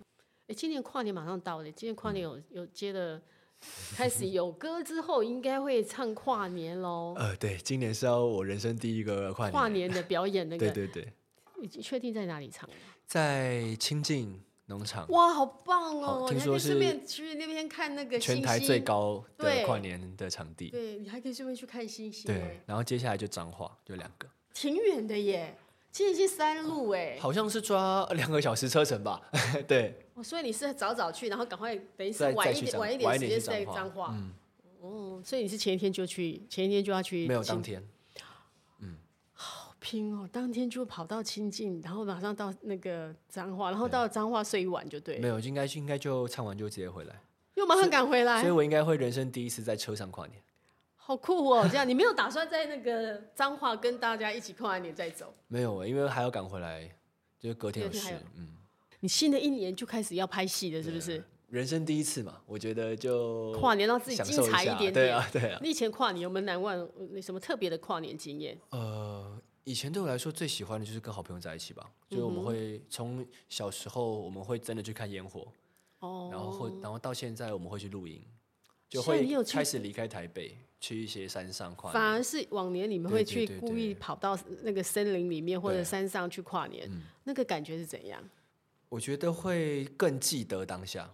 Speaker 2: 哎，今年跨年马上到了，今年跨年有有接了，开始有歌之后，应该会唱跨年喽。
Speaker 1: 呃，对，今年是要我人生第一个跨年，
Speaker 2: 跨年的表演那
Speaker 1: 对嗯
Speaker 2: 个，
Speaker 1: 对对，
Speaker 2: 你确定在哪里唱吗？
Speaker 1: 在清境农场，
Speaker 2: 哇，好棒哦！
Speaker 1: 好
Speaker 2: 你
Speaker 1: 听
Speaker 2: 还可
Speaker 1: 说
Speaker 2: 以顺
Speaker 1: 是
Speaker 2: 便去那边看那个星
Speaker 1: 全
Speaker 2: 星，
Speaker 1: 台最高的
Speaker 2: 对
Speaker 1: 跨年的场地，
Speaker 2: 对你还可以顺便去看星星，
Speaker 1: 对，，然后接下来就彰化，就两个，
Speaker 2: 挺远的耶，星星山路哎，
Speaker 1: 好像是抓两个小时车程吧， 对，
Speaker 2: 哦所以你是早早去，然后赶快等于是
Speaker 1: 再再
Speaker 2: 晚一
Speaker 1: 去
Speaker 2: 点
Speaker 1: 彰
Speaker 2: 晚一
Speaker 1: 晚
Speaker 2: 点
Speaker 1: 一
Speaker 2: 时
Speaker 1: 点
Speaker 2: 间
Speaker 1: 去
Speaker 2: 在
Speaker 1: 彰化嗯
Speaker 2: 彰化，哦，所以你是前一天就去，前一天就要去，
Speaker 1: 没有当天，
Speaker 2: 拼哦，当天就跑到清境，然后马上到那个彰化，然后到彰化睡一晚就对
Speaker 1: 没
Speaker 2: 了，
Speaker 1: 有，应该应该就唱完就直接回来，
Speaker 2: 又马上赶回来
Speaker 1: 所以，我应该会人生第一次在车上跨年，
Speaker 2: 好酷哦！这样你没有打算在那个彰化跟大家一起跨完年再走？
Speaker 1: 没有欸，因为还要赶回来，就是隔天有
Speaker 2: 第二天还
Speaker 1: 事
Speaker 2: 有，
Speaker 1: 嗯，啊
Speaker 2: 你新的一年就开始要拍戏了，是不是？
Speaker 1: 人生第一次嘛，我觉得就
Speaker 2: 跨年让自己
Speaker 1: 啊享
Speaker 2: 精
Speaker 1: 受
Speaker 2: 彩一
Speaker 1: 下
Speaker 2: 点
Speaker 1: 对
Speaker 2: 点
Speaker 1: 啊，对啊。
Speaker 2: 你以前跨年有没有难忘呃什么特别的跨年经验？
Speaker 1: 呃，以前对我来说最喜欢的就是跟好朋友在一起吧，就是我们
Speaker 2: 嗯
Speaker 1: 会从小时候我们会真的去看烟火，
Speaker 2: 哦，
Speaker 1: 然后会然后到现在我们会去露营，就
Speaker 2: 所以
Speaker 1: 会
Speaker 2: 你有去
Speaker 1: 开始离开台北，去一些山上跨
Speaker 2: 反
Speaker 1: 年。
Speaker 2: 而是往年你们
Speaker 1: 对
Speaker 2: 会
Speaker 1: 对
Speaker 2: 去
Speaker 1: 对
Speaker 2: 故意
Speaker 1: 对
Speaker 2: 跑到那个森林里面或者
Speaker 1: 对
Speaker 2: 山上去跨年，那个感觉是怎样？
Speaker 1: 我觉得会更记得当下，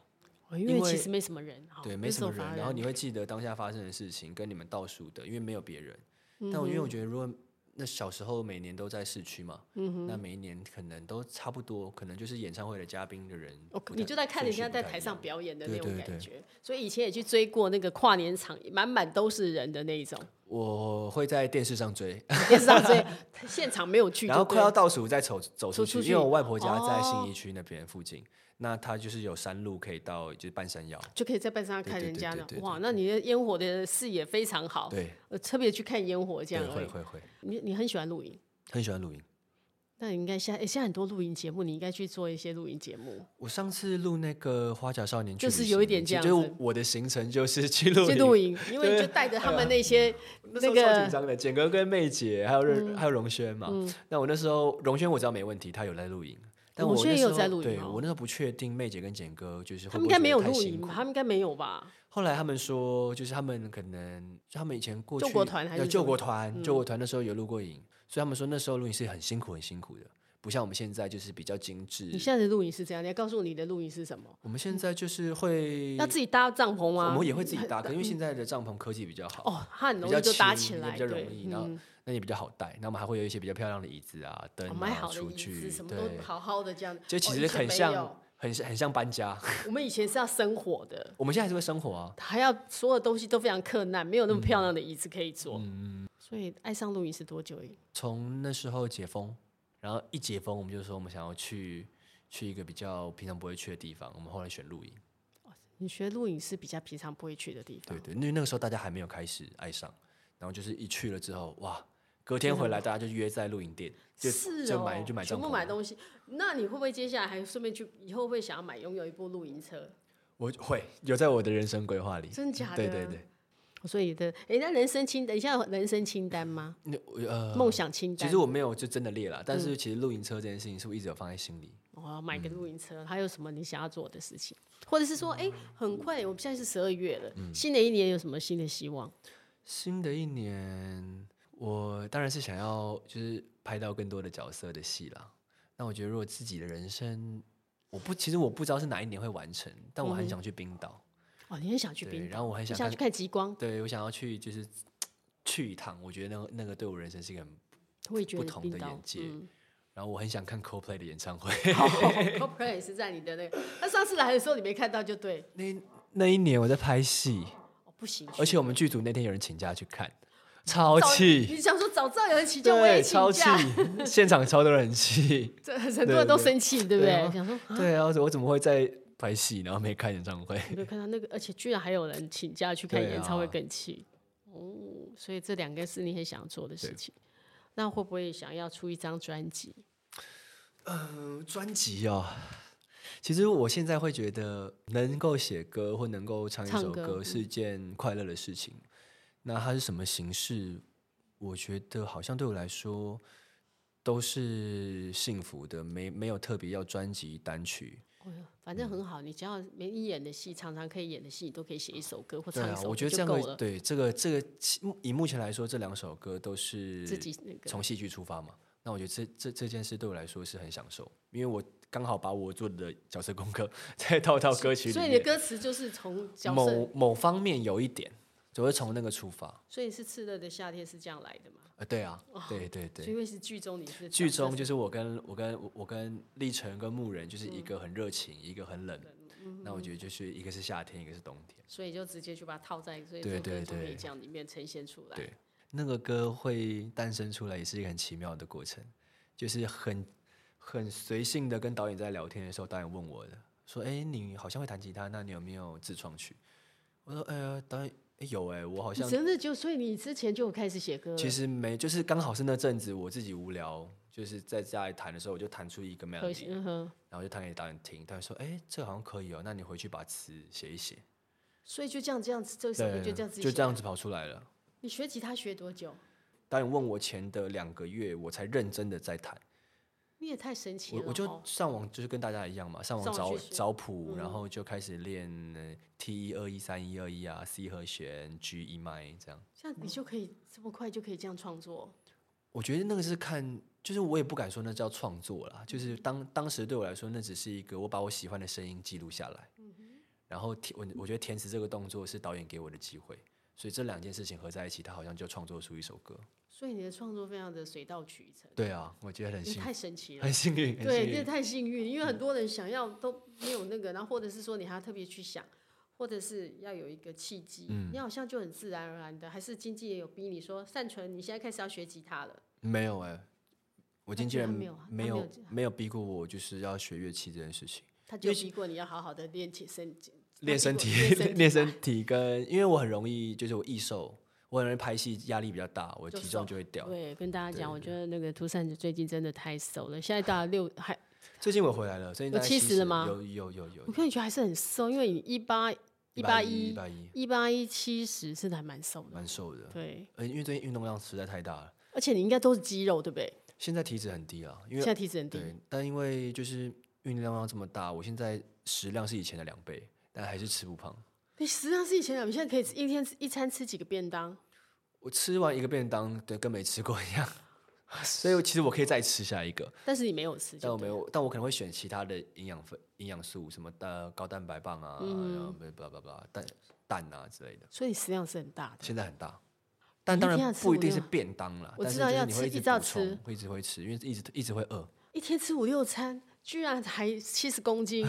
Speaker 2: 哦因
Speaker 1: 因
Speaker 2: 为
Speaker 1: 为
Speaker 2: 其实没什么人，哈
Speaker 1: 对，
Speaker 2: 哦那
Speaker 1: 没
Speaker 2: 时
Speaker 1: 什
Speaker 2: 候
Speaker 1: 么人
Speaker 2: 反，而
Speaker 1: 然后你会记得当下发生的事情，跟你们倒数的，因为没有别人。
Speaker 2: 嗯
Speaker 1: 但我因为我觉得，如果那小时候每年都在市区嘛，
Speaker 2: 嗯
Speaker 1: 那每一年可能都差不多，可能就是演唱会的嘉宾的人不
Speaker 2: 哦
Speaker 1: 太，，
Speaker 2: 你就在看
Speaker 1: 顺
Speaker 2: 人
Speaker 1: 序
Speaker 2: 家
Speaker 1: 不
Speaker 2: 在
Speaker 1: 太
Speaker 2: 台
Speaker 1: 一
Speaker 2: 上
Speaker 1: 样
Speaker 2: 表演的
Speaker 1: 对
Speaker 2: 那种
Speaker 1: 对
Speaker 2: 感
Speaker 1: 对
Speaker 2: 觉，所以以前也去追过那个跨年场，满满都是人的那一种，
Speaker 1: 我会在电视上追，
Speaker 2: 电视上追，现场没有去就 对了，
Speaker 1: 然后快要倒数再走走
Speaker 2: 走
Speaker 1: 出
Speaker 2: 出
Speaker 1: 去，
Speaker 2: 去
Speaker 1: 因为我外婆家在
Speaker 2: 哦
Speaker 1: 信义区那边附近，那它就是有山路可以到，就是半山腰。
Speaker 2: 就可以在半山上
Speaker 1: 对
Speaker 2: 看
Speaker 1: 对
Speaker 2: 人
Speaker 1: 对
Speaker 2: 家
Speaker 1: 对
Speaker 2: 了
Speaker 1: 对，对
Speaker 2: 哇，那你的烟火的视野非常好，
Speaker 1: 对，
Speaker 2: 呃，特别去看烟火这
Speaker 1: 对，
Speaker 2: 样而
Speaker 1: 会
Speaker 2: 已。
Speaker 1: 会会，
Speaker 2: 你你很喜欢露营，
Speaker 1: 很喜欢露营。
Speaker 2: 那你应该现在、诶现在很多露营节目，你应该去做一些露营节目，
Speaker 1: 我上次录那个花甲少年去
Speaker 2: 就
Speaker 1: 旅
Speaker 2: 是
Speaker 1: 行，
Speaker 2: 有一点
Speaker 1: 其实
Speaker 2: 这样
Speaker 1: 就是
Speaker 2: 子
Speaker 1: 我的行程就是去露
Speaker 2: 去
Speaker 1: 营。
Speaker 2: 露营，因为你就带着他们那些
Speaker 1: 那时
Speaker 2: 那
Speaker 1: 候超紧
Speaker 2: 个嗯
Speaker 1: 张的，简哥跟妹姐还有任、还有荣轩嘛。那我那时候荣轩我知道没问题，他有在露营。但
Speaker 2: 荣
Speaker 1: 我
Speaker 2: 轩
Speaker 1: 那
Speaker 2: 也
Speaker 1: 时
Speaker 2: 有在
Speaker 1: 候
Speaker 2: 露营
Speaker 1: 对
Speaker 2: 哦
Speaker 1: 我那时候不确定妹姐跟简哥就是会
Speaker 2: 他
Speaker 1: 不会
Speaker 2: 们应该
Speaker 1: 觉得
Speaker 2: 没有
Speaker 1: 太
Speaker 2: 露
Speaker 1: 辛
Speaker 2: 营
Speaker 1: 苦
Speaker 2: 吧，他们应该没有吧？
Speaker 1: 后来他们说，就是他们可能就他们以前过去
Speaker 2: 救国团还
Speaker 1: 对
Speaker 2: 是什么嗯
Speaker 1: 救国团，救国团那时候有露过营，所以他们说那时候露营是很辛苦很辛苦的，不像我们现在就是比较精
Speaker 2: 你
Speaker 1: 致。
Speaker 2: 现在的露营是怎样？你要告诉我你的露营是什么？
Speaker 1: 我们现在就是会
Speaker 2: 要，自己搭帐篷
Speaker 1: 嗯我
Speaker 2: 吗？
Speaker 1: 们也会自己 搭，可因为现在的帐篷科技比较好，
Speaker 2: 哦，它很
Speaker 1: 比
Speaker 2: 容易
Speaker 1: 较
Speaker 2: 就搭
Speaker 1: 轻
Speaker 2: 起
Speaker 1: 也
Speaker 2: 来，
Speaker 1: 比较
Speaker 2: 对，嗯
Speaker 1: 容易，然后那也比较好带。那我们还会有一些比较漂亮的椅子啊、灯
Speaker 2: 哦买
Speaker 1: 啊
Speaker 2: 好的
Speaker 1: 出
Speaker 2: 椅子，
Speaker 1: 去，
Speaker 2: 什么
Speaker 1: 对
Speaker 2: 都，好好的这样。
Speaker 1: 就其
Speaker 2: 哦
Speaker 1: 实很。
Speaker 2: 以前没
Speaker 1: 像
Speaker 2: 有
Speaker 1: 很像很像搬家。
Speaker 2: 我们以前是要生火的，
Speaker 1: 我们现在还是会生活啊，
Speaker 2: 还要所有东西都非常困难，没有那么漂亮的椅子可以坐。
Speaker 1: 嗯
Speaker 2: 所以爱上露营是多久而已？
Speaker 1: 从那时候解封，然后一解封，我们就说我们想要去去一个比较平常不会去的地方。我们后来选露营，
Speaker 2: 你学露营是比较平常不会去的地方
Speaker 1: 对。对，因为那个时候大家还没有开始爱上，然后就是一去了之后，哇，隔天回来大家就约在露营店，就是就
Speaker 2: 哦
Speaker 1: 买就买帐
Speaker 2: 全
Speaker 1: 篷啊
Speaker 2: 部
Speaker 1: 了，
Speaker 2: 买东西。那你会不会接下来还顺便去？以后会想要买拥有一部露营车？
Speaker 1: 我会有在我的人生规划里，
Speaker 2: 真假的？
Speaker 1: 对对对，
Speaker 2: 所以的，哎，那人生清，等一下有人生清单吗？
Speaker 1: 那我呃，
Speaker 2: 梦想清单。嗯
Speaker 1: 其实我没有就真的列了，但是其实露营车这件事情是我一直有放在心里。
Speaker 2: 我要买个露营车，还有什么你想要做的事情，或者是说，哎，很快，我们现在是十二月了，
Speaker 1: 嗯
Speaker 2: 新的一年有什么新的希望？
Speaker 1: 新的一年，我当然是想要就是拍到更多的角色的戏啦。那我觉得如果自己的人生，我不其实我不知道是哪一年会完成，但我很想去冰岛，
Speaker 2: 哦，你很想去
Speaker 1: 对，
Speaker 2: 冰岛，
Speaker 1: 然后我很
Speaker 2: 你
Speaker 1: 想
Speaker 2: 想
Speaker 1: 看
Speaker 2: 去，看极光，
Speaker 1: 对我想要去就是去一趟，我觉得那个那个对我人生是一个很，
Speaker 2: 我也觉
Speaker 1: 不
Speaker 2: 得
Speaker 1: 同
Speaker 2: 冰
Speaker 1: 的
Speaker 2: 岛
Speaker 1: 眼界
Speaker 2: 嗯
Speaker 1: 然后我很想看 Coldplay 的演唱会。
Speaker 2: 好，Copper 也是在你的那个，那上次来的时候你没看到就对，
Speaker 1: 那那一年我在拍戏，
Speaker 2: 哦，不行，
Speaker 1: 而且我们剧组那天有人请假去看，超
Speaker 2: 早
Speaker 1: 气，
Speaker 2: 你想说早知道有人请假，我也
Speaker 1: 对，
Speaker 2: 请
Speaker 1: 超气
Speaker 2: 假，，
Speaker 1: 现场超多人气。
Speaker 2: 这很多人都生气，对不
Speaker 1: 对
Speaker 2: 对？
Speaker 1: 啊
Speaker 2: 想说
Speaker 1: 对啊，我怎么会在拍戏，然后没看演唱会？
Speaker 2: 我就看到那个，而且居然还有人请假去看
Speaker 1: 对啊
Speaker 2: 演唱会，更气、哦。所以这两个是你很想做的事情。那会不会想要出一张专辑？
Speaker 1: 嗯，专辑哦，
Speaker 2: 啊
Speaker 1: 其实我现在会觉得能够写歌或能够唱一
Speaker 2: 唱
Speaker 1: 首
Speaker 2: 歌嗯
Speaker 1: 歌是件快乐的事情。那它是什么形式？我觉得好像对我来说都是幸福的，没没有特别要专辑单曲。
Speaker 2: 哎呦反正很好，你只要没你演的戏，常常可以演的戏，你都可以写一首歌或
Speaker 1: 对
Speaker 2: 唱一
Speaker 1: 啊，我
Speaker 2: 首歌
Speaker 1: 觉得这
Speaker 2: 就
Speaker 1: 样
Speaker 2: 够
Speaker 1: 会
Speaker 2: 了。
Speaker 1: 对这个这个以目前来说，这两首歌都是
Speaker 2: 自己那个
Speaker 1: 从戏剧出发嘛。那我觉得这这这件事对我来说是很享受，因为我刚好把我做的角色功课 再套到歌曲里
Speaker 2: 所以
Speaker 1: 面，
Speaker 2: 你的歌词就是从角色，
Speaker 1: 某某方面有一点，只会从那个出发。
Speaker 2: 所以是《炽热的夏天》是这样来的嘛？
Speaker 1: 呃，对啊，对对
Speaker 2: 所
Speaker 1: 对
Speaker 2: 以。因为是剧中你是
Speaker 1: 剧中
Speaker 2: 角
Speaker 1: 就是我跟我跟我跟历程跟牧人，就是一个
Speaker 2: 嗯
Speaker 1: 很热情，一个很冷。那我觉得就是一个是夏天，一个是冬天。
Speaker 2: 色，所以就直接就把它套在，所以这
Speaker 1: 对
Speaker 2: 首歌
Speaker 1: 对
Speaker 2: 就可以
Speaker 1: 对
Speaker 2: 这样里面呈现出来。
Speaker 1: 对那个歌会诞生出来，也是一个很奇妙的过程，就是很很随性的跟导演在聊天的时候，导演问我的，说：“哎，你好像会弹吉他，那你有没有自创曲？”我说：“哎呀，导演，诶有哎，我好
Speaker 2: 你
Speaker 1: 像
Speaker 2: 真的就，所以你之前就有开始写歌了。
Speaker 1: 其实没，就是刚好是那阵子我自己无聊，就是在家里弹的时候，我就弹出一个
Speaker 2: 可
Speaker 1: melody，
Speaker 2: 惜嗯哼，
Speaker 1: 然后就弹给导演听，导演说：‘哎，这个好像可以哦，那你回去把词写一写。
Speaker 2: 所以就这样这样子，这’首歌
Speaker 1: 对，
Speaker 2: 就这样子
Speaker 1: 就
Speaker 2: 写
Speaker 1: 这样子跑出来了。
Speaker 2: 你学吉他学多久？
Speaker 1: 导演问我前的两个月，我才认真的在弹。
Speaker 2: 你也太神奇
Speaker 1: 我
Speaker 2: 了哦！
Speaker 1: 我就上网就是跟大家一样嘛，上
Speaker 2: 上
Speaker 1: 网
Speaker 2: 网
Speaker 1: 找
Speaker 2: 去学嗯
Speaker 1: 找谱，然后就开始练呃 T 一二一三一二一啊，C 和弦，G 一麦这样。
Speaker 2: 这样，你就可以这么快就可以这样创作。
Speaker 1: 我觉得那个是看，就是我也不敢说那叫创作啦，就是当当时对我来说，那只是一个我把我喜欢的声音记录下来，
Speaker 2: 嗯
Speaker 1: 然后填我我觉得填词这个动作是导演给我的机会，所以这两件事情合在一起，他好像就创作出一首歌。
Speaker 2: 所以你的创作非常的水到渠成，
Speaker 1: 对啊，我觉得很
Speaker 2: 你
Speaker 1: 幸
Speaker 2: 太神奇了。
Speaker 1: 很幸运，很
Speaker 2: 嗯对，
Speaker 1: 幸
Speaker 2: 你也
Speaker 1: 运。嗯
Speaker 2: 太幸运，因为很多人想要都没有那个，然后或者是说你还要特别去想，或者是要有一个契机，
Speaker 1: 嗯
Speaker 2: 你好像就很自然而然的。还是经纪人有逼你说，善存，你现在开始要学吉他了，
Speaker 1: 没有哎、我
Speaker 2: 他
Speaker 1: 经纪
Speaker 2: 居然
Speaker 1: 人
Speaker 2: 没有啊他没
Speaker 1: 没
Speaker 2: 有
Speaker 1: 有没有逼过我，就是要学乐器这件事情。
Speaker 2: 他就逼过你要好好的练起身，
Speaker 1: 练身体， 练身体跟因为我很容易就是我易瘦，我很容易拍戏压力比较大，我的
Speaker 2: 就
Speaker 1: 体
Speaker 2: 瘦
Speaker 1: 重就会掉。
Speaker 2: 对，跟大家讲，我觉得那个涂善子最近真的太瘦了，现在到了六还，
Speaker 1: 最近我回来了，最近
Speaker 2: 有
Speaker 1: 大概
Speaker 2: 70了吗
Speaker 1: 有有有有
Speaker 2: 我，看你觉得还是很瘦，因为你一八一八
Speaker 1: 一
Speaker 2: 一
Speaker 1: 八一，
Speaker 2: 一八一七十是还蛮瘦的，
Speaker 1: 蛮瘦的。
Speaker 2: 对，
Speaker 1: 呃，因为最近运动量实在太大了，
Speaker 2: 而且你应该都是肌肉，对不对？
Speaker 1: 现在体脂很低了，因
Speaker 2: 现
Speaker 1: 为
Speaker 2: 在体脂很低，
Speaker 1: 对，但因为就是运动量这么大，我现在食量是以前的两倍，但还是吃不胖。
Speaker 2: 你实际上是以前两，你现在可以吃一天吃一餐吃几个便当，
Speaker 1: 我吃完一个便当，对，跟没吃过一样， 所以其实我可以再吃下一个。
Speaker 2: 但是你没有吃
Speaker 1: 但
Speaker 2: 就
Speaker 1: 我没
Speaker 2: 对了，
Speaker 1: 有，但我可能会选其他的营养分、营养素，什么呃高蛋白棒啊，
Speaker 2: 嗯
Speaker 1: 然后不不不不蛋蛋啊之类的。
Speaker 2: 所以你食量是很大的。
Speaker 1: 现在很大，但
Speaker 2: 哎你一
Speaker 1: 当
Speaker 2: 天要
Speaker 1: 然
Speaker 2: 吃
Speaker 1: 不一
Speaker 2: 五
Speaker 1: 定
Speaker 2: 六
Speaker 1: 是便当啦，
Speaker 2: 我
Speaker 1: 但
Speaker 2: 知
Speaker 1: 是
Speaker 2: 道
Speaker 1: 就是
Speaker 2: 要
Speaker 1: 你
Speaker 2: 吃
Speaker 1: 会
Speaker 2: 一
Speaker 1: 一直
Speaker 2: 直要
Speaker 1: 补充
Speaker 2: 吃
Speaker 1: 会一直会吃，因为一直一直会饿。
Speaker 2: 一天吃五六餐，居然还七十公 斤，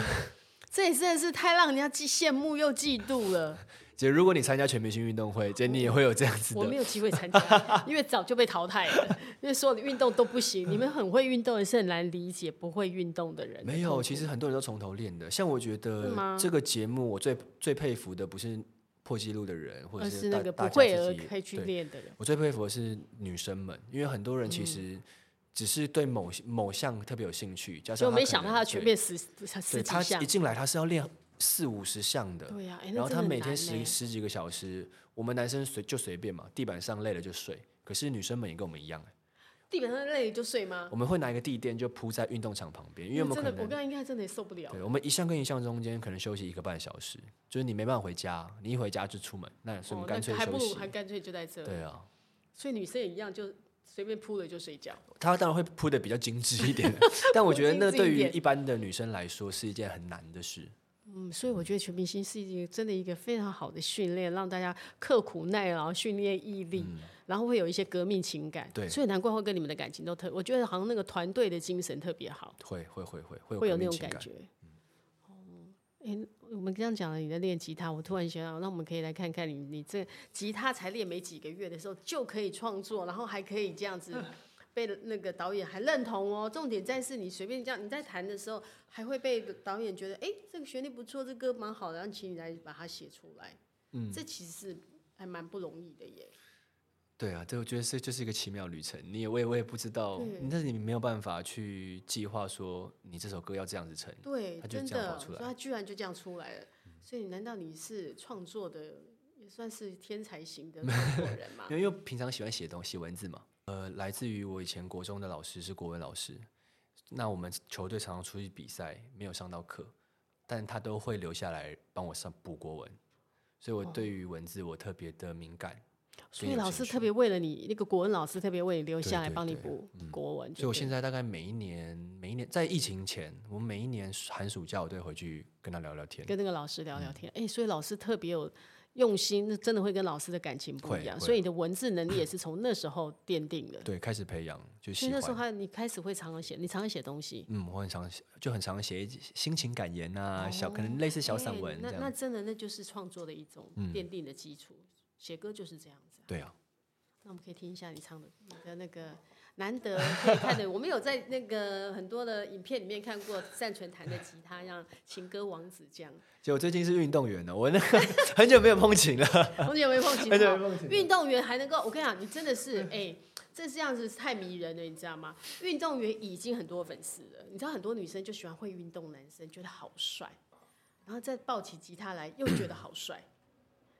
Speaker 2: 这也真的是太让人家既羡慕又嫉妒了。
Speaker 1: 姐，如果你参加全明星运动会，姐你也会有这样子
Speaker 2: 我没
Speaker 1: 的。
Speaker 2: 有机会 参加，因为早就被淘汰了。因为所有的运动都不行，你们很会运动也是很难理解不会运动的人。
Speaker 1: 没有，其实很多人都从头练的。像我觉
Speaker 2: 是
Speaker 1: 得
Speaker 2: 吗
Speaker 1: 这个节目，我最最佩服的不是破纪录的人，或者
Speaker 2: 而是
Speaker 1: 大
Speaker 2: 那个
Speaker 1: 大
Speaker 2: 不
Speaker 1: 家
Speaker 2: 会
Speaker 1: 自
Speaker 2: 而
Speaker 1: 己
Speaker 2: 可以去
Speaker 1: 对
Speaker 2: 练的人。
Speaker 1: 我最佩服的是女生们，因为很多人
Speaker 2: 嗯
Speaker 1: 其实只是对某某项特别有兴趣，加上
Speaker 2: 就
Speaker 1: 他
Speaker 2: 没
Speaker 1: 可
Speaker 2: 想到
Speaker 1: 能
Speaker 2: 他全
Speaker 1: 对
Speaker 2: 面十十
Speaker 1: 对
Speaker 2: 几
Speaker 1: 他
Speaker 2: 项
Speaker 1: 一，进来他是要练四五十项的，
Speaker 2: 对呀、哎，那
Speaker 1: 然后
Speaker 2: 真
Speaker 1: 他
Speaker 2: 的
Speaker 1: 每
Speaker 2: 很
Speaker 1: 天
Speaker 2: 难
Speaker 1: 十
Speaker 2: 呢
Speaker 1: 十几个小时，我们男生随就随便嘛，地板上累了就睡。可是女生们也跟我们一样、欸，
Speaker 2: 地板上累就睡吗？
Speaker 1: 我们会拿一个地垫就铺在运动场旁边，因为我
Speaker 2: 那
Speaker 1: 们
Speaker 2: 嗯
Speaker 1: 可
Speaker 2: 真的，我
Speaker 1: 能
Speaker 2: 刚才应该真的也受不了。
Speaker 1: 对我们一项跟一项中间可能休息一个半小时，就是你没办法回家，你一回家就出门，那所以我
Speaker 2: 哦
Speaker 1: 们，
Speaker 2: 那
Speaker 1: 干脆
Speaker 2: 还不
Speaker 1: 休
Speaker 2: 如
Speaker 1: 息。
Speaker 2: 还干脆就在这。
Speaker 1: 对啊，
Speaker 2: 所以女生也一样，就随便铺了就睡觉。
Speaker 1: 他当然会铺的 比较精致一点，但我觉得那
Speaker 2: 精致一
Speaker 1: 对于
Speaker 2: 点
Speaker 1: 一般的女生来说是一件很难的事。
Speaker 2: 嗯，所以我觉得全明星是一个真的一个非常好的训练，让大家刻苦耐劳，训练毅力，然后会有一些革命情感。
Speaker 1: 对
Speaker 2: 所以难怪会跟你们的感情都特，我觉得好像那个团队的精神特别好，
Speaker 1: 会会会会会有
Speaker 2: 会有
Speaker 1: 革
Speaker 2: 那
Speaker 1: 命
Speaker 2: 种
Speaker 1: 情感
Speaker 2: 觉。哦，哎，我们这样讲了你在练吉他，我突然想到，那我们可以来看看你，你这吉他才练没几个月的时候就可以创作，然后还可以这样 子被那个导演还认同哦。重点在是你随便这样，你在弹的时候还会被导演觉得，哎，这个旋律不错，这歌蛮好的，然后请你来把它写出来。嗯，这其实是还蛮不容易的耶。
Speaker 1: 对啊，这我觉得是就是一个奇妙旅程。你也我也我也不知道，
Speaker 2: 嗯
Speaker 1: 但是你没有办法去计划说你这首歌要这样子成。
Speaker 2: 对，
Speaker 1: 它就
Speaker 2: 真
Speaker 1: 这样
Speaker 2: 的，
Speaker 1: 跑出
Speaker 2: 所以
Speaker 1: 来
Speaker 2: 它居然就这样出来了。所以，难道你是创作的也算是天才型的创作人吗？
Speaker 1: 因为因为平常喜欢写东西，文字嘛，呃，来自于我以前国中的老师是国文老师，那我们球队常常出去比赛，没有上到课，但他都会留下来帮我上补国文，所以
Speaker 2: 哦
Speaker 1: 我对于文字我特别的敏感，
Speaker 2: 所以
Speaker 1: 有
Speaker 2: 老
Speaker 1: 兴
Speaker 2: 师
Speaker 1: 趣
Speaker 2: 特别为了你，那个国文老师特别为你留
Speaker 1: 对
Speaker 2: 下来
Speaker 1: 对
Speaker 2: 帮你
Speaker 1: 对嗯
Speaker 2: 补国文就对了。
Speaker 1: 所以我现在大概每一年每一年在疫情前，我每一年寒暑假我都会回去跟他聊聊天，
Speaker 2: 跟那个老师聊
Speaker 1: 嗯
Speaker 2: 聊天，哎、所以老师特别有用心，那真的会跟老师的感情不一
Speaker 1: 会
Speaker 2: 样。
Speaker 1: 会
Speaker 2: 所以你的文字能力也是从那时候奠定的。
Speaker 1: 对，开始培养就
Speaker 2: 所
Speaker 1: 喜
Speaker 2: 以那
Speaker 1: 欢
Speaker 2: 时。候他，你开始会常常写，你常常写东西。
Speaker 1: 嗯，我很常写就很常写一些心情感言呐、小可能类似小散
Speaker 2: 哎
Speaker 1: 文
Speaker 2: 那
Speaker 1: 这
Speaker 2: 那
Speaker 1: 样。嗯
Speaker 2: 真的那就是创作的一种奠定的基础。写歌就是这样子。
Speaker 1: 对啊，
Speaker 2: 那我们可以听一下你唱的你的那个难得可以看的，我们有在那个很多的影片里面看过单纯弹的吉他，像情歌王子这样。
Speaker 1: 就我最近是运动员了，我那个 很久没有碰琴了。
Speaker 2: 我有没有碰琴
Speaker 1: 很哎久没
Speaker 2: 哦
Speaker 1: 碰琴
Speaker 2: 运动员还能够，我跟你讲，你真的是 哎、这这样子太迷人了，你知道吗？运动员已经很多粉丝了，你知道很多女生就喜欢会运动男生，觉得好帅，然后再抱起吉他来又觉得好帅。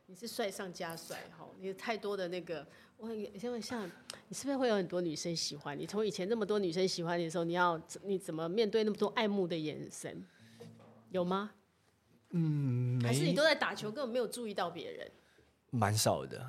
Speaker 2: 你是帅上加帅哈，你有太多的那个，我很像像你是不是会有很多女生喜欢你？从以前那么多女生喜欢你的时候，你要你怎么面对那么多爱慕的眼神？有吗？
Speaker 1: 嗯，
Speaker 2: 还是你
Speaker 1: 没，
Speaker 2: 都在打球，根本没有注意到别人？
Speaker 1: 蛮少的。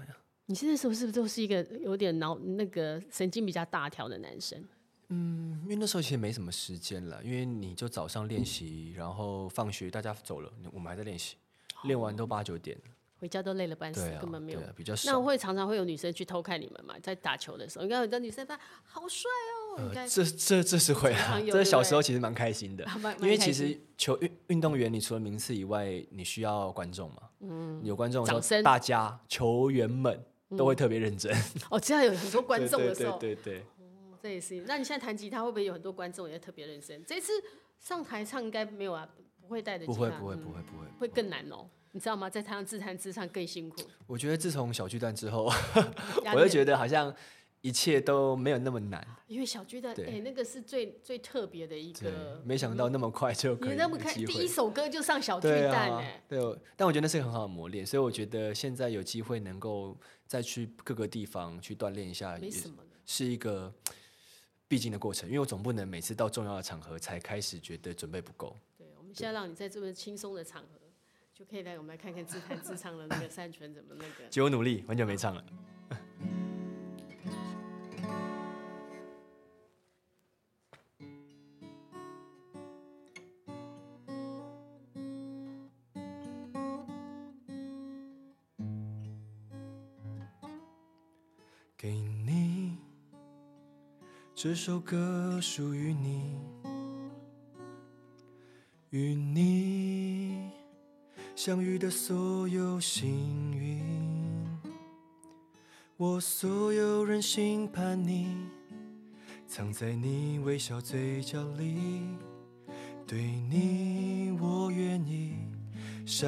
Speaker 2: 你现在是不是都是一个有点脑那个神经比较大条的男生？
Speaker 1: 嗯，因为那时候其实没什么时间了，因为你就早上练习，然后放学大家走了，我们还在练习，练完都八九点了。
Speaker 2: 回家都累了半死，
Speaker 1: 对啊
Speaker 2: 根本，没有
Speaker 1: 对。啊，比较
Speaker 2: 那
Speaker 1: 少。
Speaker 2: 会常常会有女生去偷看你们嘛，在打球的时候，应该有的女生说好帅哦，应该
Speaker 1: 呃这这这是会
Speaker 2: 经
Speaker 1: 啊
Speaker 2: 常，有
Speaker 1: 这
Speaker 2: 对不
Speaker 1: 小时
Speaker 2: 对
Speaker 1: 候其实蛮开心的。
Speaker 2: 蛮
Speaker 1: 因为
Speaker 2: 蛮开
Speaker 1: 其
Speaker 2: 心
Speaker 1: 实球运运动员，你除了名次以外，你需要观众嘛。嗯，有观众的时
Speaker 2: 掌声
Speaker 1: 候，大家球员们都会特别认真。
Speaker 2: 哦，只要有很多 观众的时候，
Speaker 1: 对对对对
Speaker 2: 哦这也是。那你现在弹吉他会不会有很多观众也特别认真？这次上台唱应该没有啊，不会带着
Speaker 1: 对，
Speaker 2: 吉
Speaker 1: 不
Speaker 2: 他，
Speaker 1: 会不会
Speaker 2: 嗯
Speaker 1: 不会不会。
Speaker 2: 会更难哦。你知道吗？在台上自弹自唱更辛苦，
Speaker 1: 我觉得自从小巨蛋之后，
Speaker 2: 压
Speaker 1: 我就
Speaker 2: 力很
Speaker 1: 觉得好像一切都没有那么难。
Speaker 2: 因为小巨蛋，
Speaker 1: 对
Speaker 2: 哎，那个是最最特别的一
Speaker 1: 对
Speaker 2: 个，。
Speaker 1: 没想到那么快就可
Speaker 2: 你
Speaker 1: 以
Speaker 2: 那么
Speaker 1: 有
Speaker 2: 看
Speaker 1: 机
Speaker 2: 第
Speaker 1: 会
Speaker 2: 一首歌就上小巨
Speaker 1: 对
Speaker 2: 蛋
Speaker 1: 啊
Speaker 2: 哎，，
Speaker 1: 对，我但我觉得那是一个很好的磨练，所以我觉得现在有机会能够再去各个地方去锻炼一下，
Speaker 2: 没
Speaker 1: 也
Speaker 2: 什么的。
Speaker 1: 是一个必经的过程，因为我总不能每次到重要的场合才开始觉得准备不够。
Speaker 2: 对，我们现在让你在这么轻松的场合，就可以来我们来看看自弹自唱的那个善存怎么那个。
Speaker 1: 结果努力，很久没唱了。给你这首歌属于你，与你相遇的所有幸运，我所有任性叛逆，藏在你微笑嘴角里。对你，我愿意，傻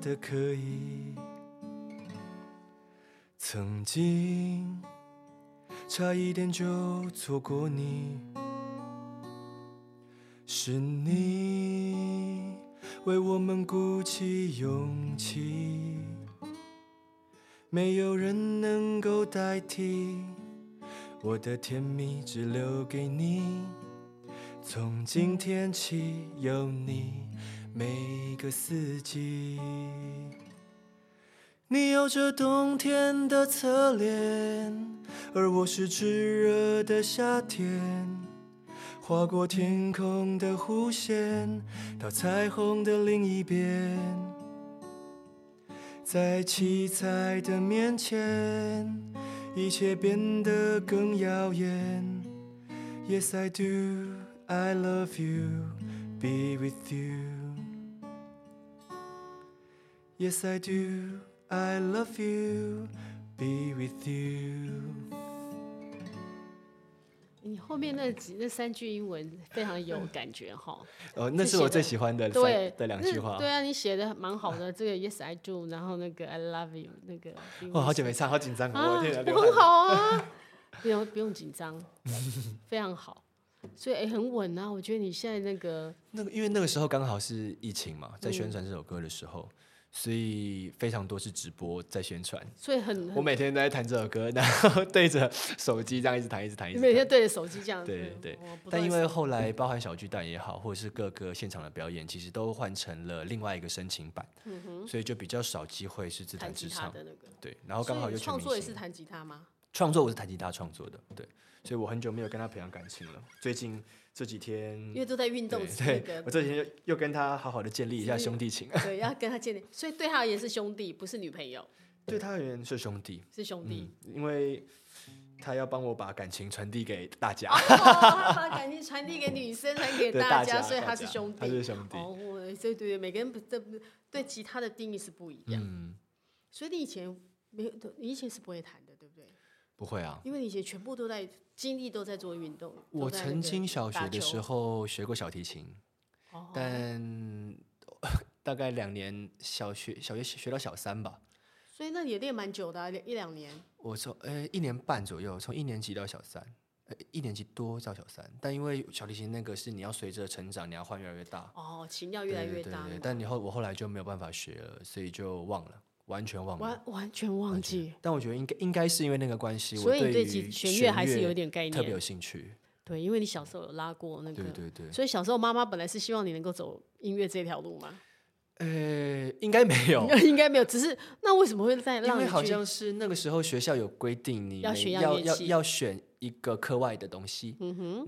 Speaker 1: 的可以。曾经差一点就错过你，是你为我们鼓起勇气，没有人能够代替我的甜蜜，只留给你。从今天起，有你每个四季。你有着冬天的侧脸，而我是炙热的夏天。划过天空的弧线，到彩虹的另一边，在七彩的面前，一切变得更耀眼。Yes, I do. I love you. Be with you. Yes, I do. I love you. Be with you.
Speaker 2: 你后面那几那三句英文非常有感觉哈。
Speaker 1: 哦，那
Speaker 2: 这
Speaker 1: 是
Speaker 2: 写
Speaker 1: 我
Speaker 2: 的
Speaker 1: 最喜欢的
Speaker 2: 对
Speaker 1: 三的两
Speaker 2: 那
Speaker 1: 句话
Speaker 2: 对。啊，你写的蛮好的。这个 Yes I do，然后那个 I love you，那个
Speaker 1: 哦，好久没唱，好紧张哦！
Speaker 2: 啊，
Speaker 1: 我天哪，
Speaker 2: 我
Speaker 1: 流
Speaker 2: 很
Speaker 1: 汗了。
Speaker 2: 好啊， 不用不用紧 张，非常好。所以、诶很稳啊，我觉得你现在那个
Speaker 1: 那个，因为那个时候刚好是疫情嘛，
Speaker 2: 嗯
Speaker 1: 在宣传这首歌的时候，所以非常多是直播在宣传。
Speaker 2: 所以很
Speaker 1: 我
Speaker 2: 很，
Speaker 1: 每天都在弹这首歌，然后对着手机这样一直弹，一直弹，一直
Speaker 2: 你每
Speaker 1: 弹。
Speaker 2: 天对着手机这样。
Speaker 1: 对
Speaker 2: 嗯
Speaker 1: 对，
Speaker 2: 我不
Speaker 1: 但
Speaker 2: 断
Speaker 1: 因为
Speaker 2: 搜
Speaker 1: 后来包含小巨蛋也好，或者是各个现场的表演，其实都换成了另外一个深情版，所以就比较少机会是自弹
Speaker 2: 嗯弹吉
Speaker 1: 自
Speaker 2: 他
Speaker 1: 唱。
Speaker 2: 的那个，
Speaker 1: 对，然后
Speaker 2: 所
Speaker 1: 刚
Speaker 2: 以
Speaker 1: 好
Speaker 2: 你
Speaker 1: 又全
Speaker 2: 创
Speaker 1: 明
Speaker 2: 作也
Speaker 1: 星
Speaker 2: 是弹吉他吗？
Speaker 1: 创作我是弹吉他创作的，对，所以我很久没有跟他培养感情了。最近这几天
Speaker 2: 因，为都在运动
Speaker 1: 嗯对，
Speaker 2: 是那
Speaker 1: 对
Speaker 2: 个
Speaker 1: 我这几天又又跟他好好的建立一下兄弟情，
Speaker 2: 对，要跟他建立，所以对他而言是兄弟，不是女朋友，
Speaker 1: 对他而言是兄弟，
Speaker 2: 是 兄弟。
Speaker 1: 因为他要帮我把感情传递给大家，
Speaker 2: 哦，他把感情传递给女生，传递给
Speaker 1: 对
Speaker 2: 大
Speaker 1: 家，
Speaker 2: 所以
Speaker 1: 大
Speaker 2: 他是兄
Speaker 1: 他
Speaker 2: 弟。
Speaker 1: 是兄弟，
Speaker 2: 哦，对对对，每个人不对对吉他的定义是不一样，
Speaker 1: 嗯，
Speaker 2: 所以你以前没有，你以前是不会弹的，对不对？
Speaker 1: 不会啊。
Speaker 2: 因为你以前全部都在精力都在做运动。
Speaker 1: 我曾经小学的时
Speaker 2: 候，
Speaker 1: 候学过小提琴，
Speaker 2: 哦
Speaker 1: 但 大概两年，小学小学学到小三吧。
Speaker 2: 所以那也练蛮久的啊、练一两年。
Speaker 1: 我从呃一年半左右，从一年级到小三，呃一年级多到小三，但因为小提琴那个是你要随着成长，你要换越来越大，
Speaker 2: 哦，琴调越来越
Speaker 1: 对对
Speaker 2: 大
Speaker 1: 对对
Speaker 2: 了，
Speaker 1: 但你后我后来就没有办法学了，所以就忘了，完全忘了。
Speaker 2: 完完全忘记。
Speaker 1: 但我觉得应该应该是因为那个关系，
Speaker 2: 所以
Speaker 1: 我
Speaker 2: 你对
Speaker 1: 于
Speaker 2: 弦
Speaker 1: 弦
Speaker 2: 弦乐还是有点概
Speaker 1: 特别
Speaker 2: 念
Speaker 1: 有，兴趣。
Speaker 2: 对，因为你小时候有拉过那个
Speaker 1: 对，对对，
Speaker 2: 所以小时候妈妈本来是希望你能够走音乐这条路嘛，
Speaker 1: 呃，应该没有，
Speaker 2: 应该没有，只是那为什么会再
Speaker 1: 因
Speaker 2: 让你
Speaker 1: 为好
Speaker 2: 去
Speaker 1: 像是那个时候学校有规定，你
Speaker 2: 要
Speaker 1: 每
Speaker 2: 学样嗯
Speaker 1: 要
Speaker 2: 乐
Speaker 1: 要
Speaker 2: 器
Speaker 1: 要选一个课外的东西。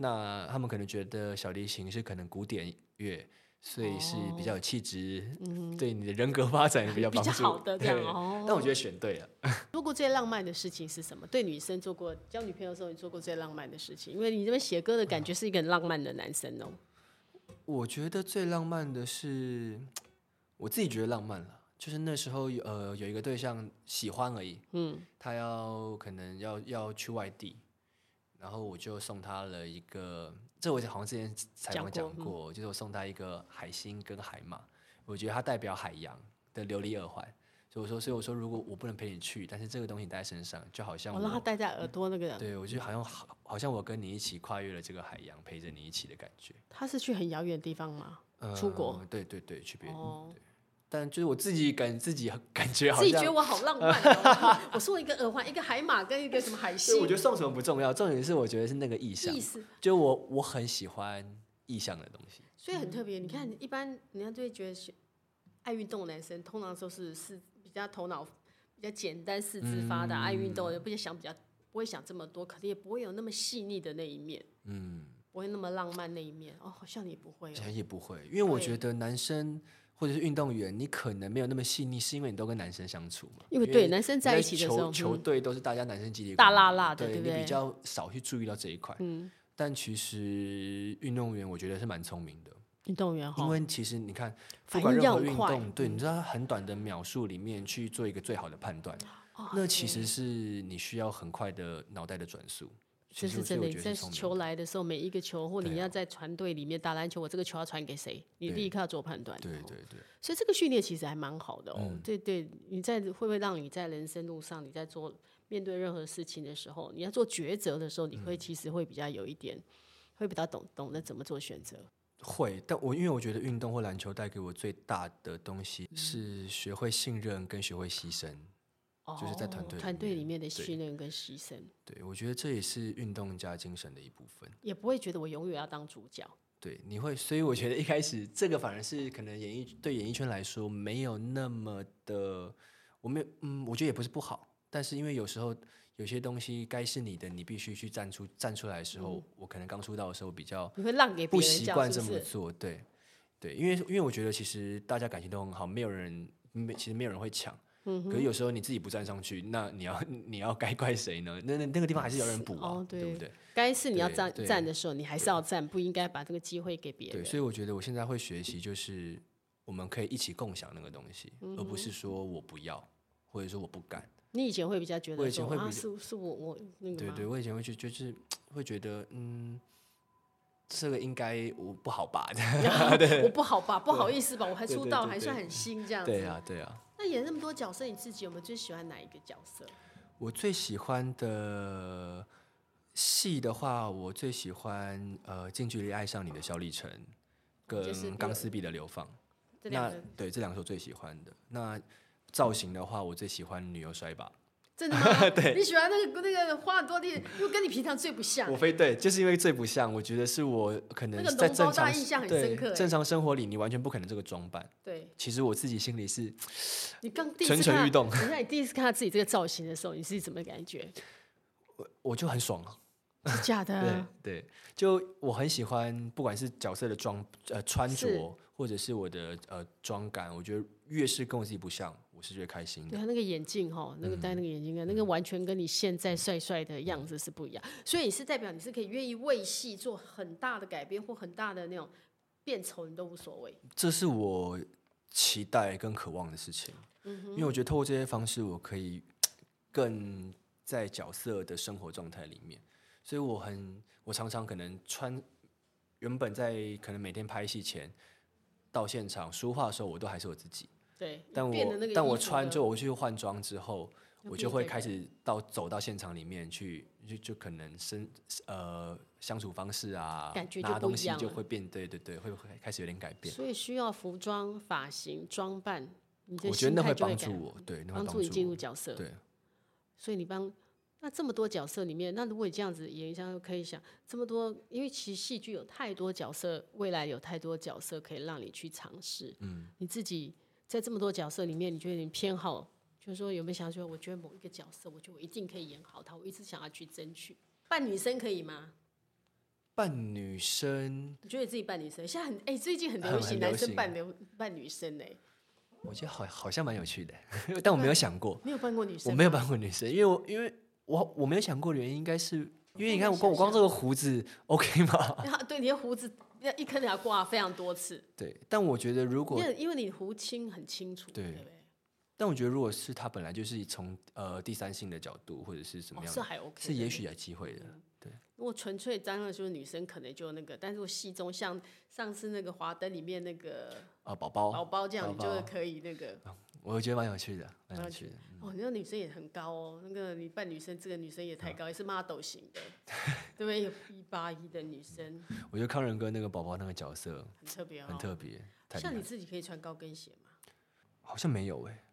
Speaker 1: 那他们可能觉得小提琴是可能古典乐，所以是比较有气质，对你的人格发展也比较
Speaker 2: 哦嗯比较
Speaker 1: 帮助
Speaker 2: 好的这样
Speaker 1: 对
Speaker 2: 哦
Speaker 1: 但我觉得选对了，
Speaker 2: 做过最浪漫的事情是什么？对女生做过交女朋友的时候，你做过最浪漫的事情？因为你这边写歌的感觉是一个很浪漫的男生哦、
Speaker 1: 我觉得最浪漫的是，我自己觉得浪漫了，就是那时候有呃有一个对象喜欢而已，
Speaker 2: 嗯，
Speaker 1: 他要可能要要去外地，然后我就送他了一个，这我好像之前采访
Speaker 2: 讲
Speaker 1: 讲
Speaker 2: 过嗯
Speaker 1: 过，就是我送他一个海星跟海马，我觉得它代表海洋的琉璃耳环，所以我说，所以我说如果我不能陪你去，但是这个东西你带在身上，就好像
Speaker 2: 我让他
Speaker 1: 我。嗯
Speaker 2: 戴在耳朵那个，
Speaker 1: 对，我觉得好像好，好像我跟你一起跨越了这个海洋，陪着你一起的感觉。
Speaker 2: 他是去很遥远的地方吗？出国
Speaker 1: 呃？对对对，去别的地方
Speaker 2: 哦，
Speaker 1: 但就是我自己感自己 感觉好
Speaker 2: 自己觉得
Speaker 1: 像，
Speaker 2: 我好浪漫、哦 我送一个耳环，一个海马跟一个什么海
Speaker 1: 所以
Speaker 2: 星
Speaker 1: 我觉，得送什么不重要，重点是我觉得是那个意象
Speaker 2: 意，思。
Speaker 1: 就我我很喜欢意象的东西。
Speaker 2: 所以很
Speaker 1: 嗯
Speaker 2: 特别。你看，一般人家就会觉得学爱运动的男生，通常都是是比较头脑比较简单、四肢发达、爱运
Speaker 1: 嗯
Speaker 2: 动的，不就想比较不会想这么多，可能也不会有那么细腻的那一面，
Speaker 1: 嗯，
Speaker 2: 不会那么浪漫那一面。哦，好像你不会、
Speaker 1: 好
Speaker 2: 哦，
Speaker 1: 像也不会，因为我
Speaker 2: 对
Speaker 1: 觉得男生或者是运动员，你可能没有那么细腻，是因为你都跟男生相处嘛。
Speaker 2: 因为对男生
Speaker 1: 你
Speaker 2: 在一起的时
Speaker 1: 球
Speaker 2: 候，
Speaker 1: 球
Speaker 2: 嗯
Speaker 1: 队都是大家男生集体
Speaker 2: 大
Speaker 1: 管理
Speaker 2: 辣
Speaker 1: 嘛
Speaker 2: 辣的
Speaker 1: 对
Speaker 2: 对不
Speaker 1: 你
Speaker 2: 对
Speaker 1: 比较少去注意到这一块。
Speaker 2: 嗯，
Speaker 1: 但其实运动员我觉得是蛮聪明的，
Speaker 2: 运动员
Speaker 1: 因
Speaker 2: 哈，
Speaker 1: 为其实你看，不
Speaker 2: 反
Speaker 1: 管
Speaker 2: 应
Speaker 1: 任
Speaker 2: 要
Speaker 1: 何
Speaker 2: 很
Speaker 1: 运
Speaker 2: 快嗯
Speaker 1: 动，对，你知道它很短的秒数里面去做一个最好的判断，
Speaker 2: 哦
Speaker 1: 那其
Speaker 2: 对
Speaker 1: 实是你需要很快的脑袋的转速。
Speaker 2: 这
Speaker 1: 其实
Speaker 2: 是
Speaker 1: 我所
Speaker 2: 真的，
Speaker 1: 以我
Speaker 2: 你
Speaker 1: 觉
Speaker 2: 在
Speaker 1: 得是聪明
Speaker 2: 球来的时候，每一个球或
Speaker 1: 对
Speaker 2: 你
Speaker 1: 啊
Speaker 2: 要在团队里面打篮球，我这个球要传给谁，你
Speaker 1: 对
Speaker 2: 立刻要做判断。
Speaker 1: 对
Speaker 2: 哦
Speaker 1: 对对，
Speaker 2: 所以这个训练其实还蛮好的哦。
Speaker 1: 嗯
Speaker 2: 对对，你在会不会让你在人生路上，你在做面对任何事情的时候，你要做抉择的时候，你
Speaker 1: 嗯
Speaker 2: 会其实会比较有一点，会比较懂懂得怎么做选择。
Speaker 1: 会，但我因为我觉得运动或篮球带给我最大的东西
Speaker 2: 嗯
Speaker 1: 是学会信任跟学会牺牲。就是在团
Speaker 2: 哦
Speaker 1: 队里
Speaker 2: 团队
Speaker 1: 面
Speaker 2: 里面的
Speaker 1: 对
Speaker 2: 训练跟牺牲，
Speaker 1: 对我觉得这也是运动家精神的一部分。
Speaker 2: 也不会觉得我永远要当主角。
Speaker 1: 对，你会，所以我觉得一开始这个反而是可能演艺对演艺圈来说没有那么的，我没有，嗯，我觉得也不是不好，但是因为有时候有些东西该是你的，你必须去站出站出来的时候，我可能刚出道的时候比较
Speaker 2: 你会让嗯给别
Speaker 1: 不
Speaker 2: 人
Speaker 1: 习
Speaker 2: 叫
Speaker 1: 惯
Speaker 2: 是
Speaker 1: 这
Speaker 2: 不
Speaker 1: 么
Speaker 2: 是？
Speaker 1: 做，对，对，因为因为我觉得其实大家感情都很好，没有人没其实没有人会抢，
Speaker 2: 嗯
Speaker 1: 可是有时候你自己不站上去，那你要 你要该怪谁呢？那那那个地方还是有人补啊，
Speaker 2: 哦
Speaker 1: 对
Speaker 2: 对
Speaker 1: 不对？
Speaker 2: 该是你要
Speaker 1: 对
Speaker 2: 站
Speaker 1: 对
Speaker 2: 站的时候，你还是要站，不应该把这个机会给别
Speaker 1: 对，
Speaker 2: 人。
Speaker 1: 所以我觉得我现在会学习，就是我们可以一起共享那个东西，而
Speaker 2: 嗯
Speaker 1: 不是说我不要，或者说我不敢。
Speaker 2: 你以前会比较觉
Speaker 1: 我
Speaker 2: 得
Speaker 1: 以前
Speaker 2: 说
Speaker 1: 会
Speaker 2: 啊，
Speaker 1: 比
Speaker 2: 是是我我那个
Speaker 1: 对
Speaker 2: 吗
Speaker 1: 对，我以前会去就是会觉得，嗯，这个应该我不好吧？
Speaker 2: 我不好吧，不好意思吧，我还
Speaker 1: 对
Speaker 2: 出
Speaker 1: 对
Speaker 2: 道
Speaker 1: 对
Speaker 2: 还
Speaker 1: 对
Speaker 2: 算很新这样 子。
Speaker 1: 对啊，对啊。
Speaker 2: 那演那么多角色，你自己有没有最喜欢哪一个角色？
Speaker 1: 我最喜欢的戏的话，我最喜欢呃《近距离爱上你》的萧立晨，跟
Speaker 2: 哦就是
Speaker 1: 《钢丝臂的流放》
Speaker 2: 这两
Speaker 1: 那
Speaker 2: 个
Speaker 1: 对这两个是我最喜欢的。那造型的话，我最喜欢女优摔把。
Speaker 2: 真的 吗？对，你喜欢那个那个花很多力，因为跟你平常最不像
Speaker 1: 我。非对，就是因为最不像，我觉得是我可能
Speaker 2: 那个
Speaker 1: 在
Speaker 2: 脓包
Speaker 1: 正
Speaker 2: 大
Speaker 1: 常
Speaker 2: 印象很深
Speaker 1: 对
Speaker 2: 刻欸
Speaker 1: 正常生活里，你完全不可能这个装扮。
Speaker 2: 对
Speaker 1: 其实我自己心里是
Speaker 2: 你刚第一次
Speaker 1: 蠢蠢
Speaker 2: 看
Speaker 1: 欲
Speaker 2: 到，
Speaker 1: 动
Speaker 2: 等一下你第一次看到自己这个造型的时候，你是什么 感觉？
Speaker 1: 我我就很爽啊，
Speaker 2: 是假的
Speaker 1: 对
Speaker 2: 啊？
Speaker 1: 对，就我很喜欢，不管是角色的装呃穿着，或者是我的呃妆感，我觉得越是跟我自己不像，我是越开心的。
Speaker 2: 对他那个眼镜哈，那个戴那个眼镜啊，那个完全跟你现在帅帅的样子是不一样。所以你是代表你是可以愿意为戏做很大的改变或很大的那种变丑，你都无所谓。
Speaker 1: 这是我期待跟渴望的事情，
Speaker 2: 嗯
Speaker 1: 因为我觉得透过这些方式，我可以更在角色的生活状态里面，所以我很我常常可能穿原本在可能每天拍戏前到现场说话的时候，我都还是我自己，
Speaker 2: 对，
Speaker 1: 但
Speaker 2: 变得那
Speaker 1: 我
Speaker 2: 个
Speaker 1: 但
Speaker 2: 衣
Speaker 1: 我
Speaker 2: 服
Speaker 1: 穿
Speaker 2: 的
Speaker 1: 着我去换装之后，我
Speaker 2: 又变
Speaker 1: 就会
Speaker 2: 成
Speaker 1: 开始到走到现场里面去，就就可能生呃相处方式啊，
Speaker 2: 感觉就
Speaker 1: 拿
Speaker 2: 不
Speaker 1: 东
Speaker 2: 一
Speaker 1: 西
Speaker 2: 样
Speaker 1: 就
Speaker 2: 了
Speaker 1: 会变，对对对，会会开始有点改变。
Speaker 2: 所以需要服装、发型、装扮，你的
Speaker 1: 我觉得
Speaker 2: 心
Speaker 1: 那
Speaker 2: 态
Speaker 1: 会
Speaker 2: 就
Speaker 1: 帮
Speaker 2: 改
Speaker 1: 助我，对，那会
Speaker 2: 帮
Speaker 1: 帮
Speaker 2: 助你进入
Speaker 1: 助
Speaker 2: 角色
Speaker 1: 我。。对，
Speaker 2: 所以你帮那这么多角色里面，那如果你这样子演一下，可以想这么多，因为其实戏剧有太多角色，未来有太多角色可以让你去尝试。嗯，你自己在这么多角色里面，你觉得你偏好，就是说有没有想说，我觉得某一个角色，我觉得我一定可以演好它，我一直想要去争取。扮女生可以吗？
Speaker 1: 扮女生，
Speaker 2: 你觉得你自己扮女生？现在很哎、最近很流
Speaker 1: 很
Speaker 2: 行
Speaker 1: 很
Speaker 2: 男
Speaker 1: 流
Speaker 2: 生
Speaker 1: 行
Speaker 2: 扮流扮女生哎、
Speaker 1: 我觉得好好像蛮有趣的， 但我没有想过，
Speaker 2: 你有扮啊过女
Speaker 1: 我
Speaker 2: 生吗？
Speaker 1: 没有扮过女生，因为我因为我我没有想过的原因应该是。因为你看我光我光这个胡子 OK 吗？
Speaker 2: 然后 对你的胡子要一颗牙刮非常多次，
Speaker 1: 对，但我觉得如果
Speaker 2: 因为因为你胡青很清楚，
Speaker 1: 对
Speaker 2: 对不对？
Speaker 1: 但我觉得，如果是他本来就是从呃第三性的角度，或者是什么
Speaker 2: 哦，
Speaker 1: 样
Speaker 2: 是
Speaker 1: 的，
Speaker 2: 还 OK，
Speaker 1: 是
Speaker 2: 的
Speaker 1: 也许。有机会的。
Speaker 2: 如果纯粹当然就是女生可能就那个，但是我戏中像上次那个华灯里面那个
Speaker 1: 啊，宝宝，
Speaker 2: 宝宝这样，
Speaker 1: 宝
Speaker 2: 你就
Speaker 1: 宝
Speaker 2: 是可以那个。
Speaker 1: 我觉得蛮有趣的，蛮
Speaker 2: 蛮
Speaker 1: 有
Speaker 2: 有
Speaker 1: 趣的。
Speaker 2: 哦，那个女生也很高哦，那个你扮女生，这个女生也太高，也是 model 型 的，对不对？有一八一的女生
Speaker 1: 我觉得康仁哥那个宝宝那个角色
Speaker 2: 很特别
Speaker 1: 很
Speaker 2: 哦。
Speaker 1: 特别，太厉害
Speaker 2: 像你
Speaker 1: 了，
Speaker 2: 自己可以穿高跟鞋吗？
Speaker 1: 好像没有哎，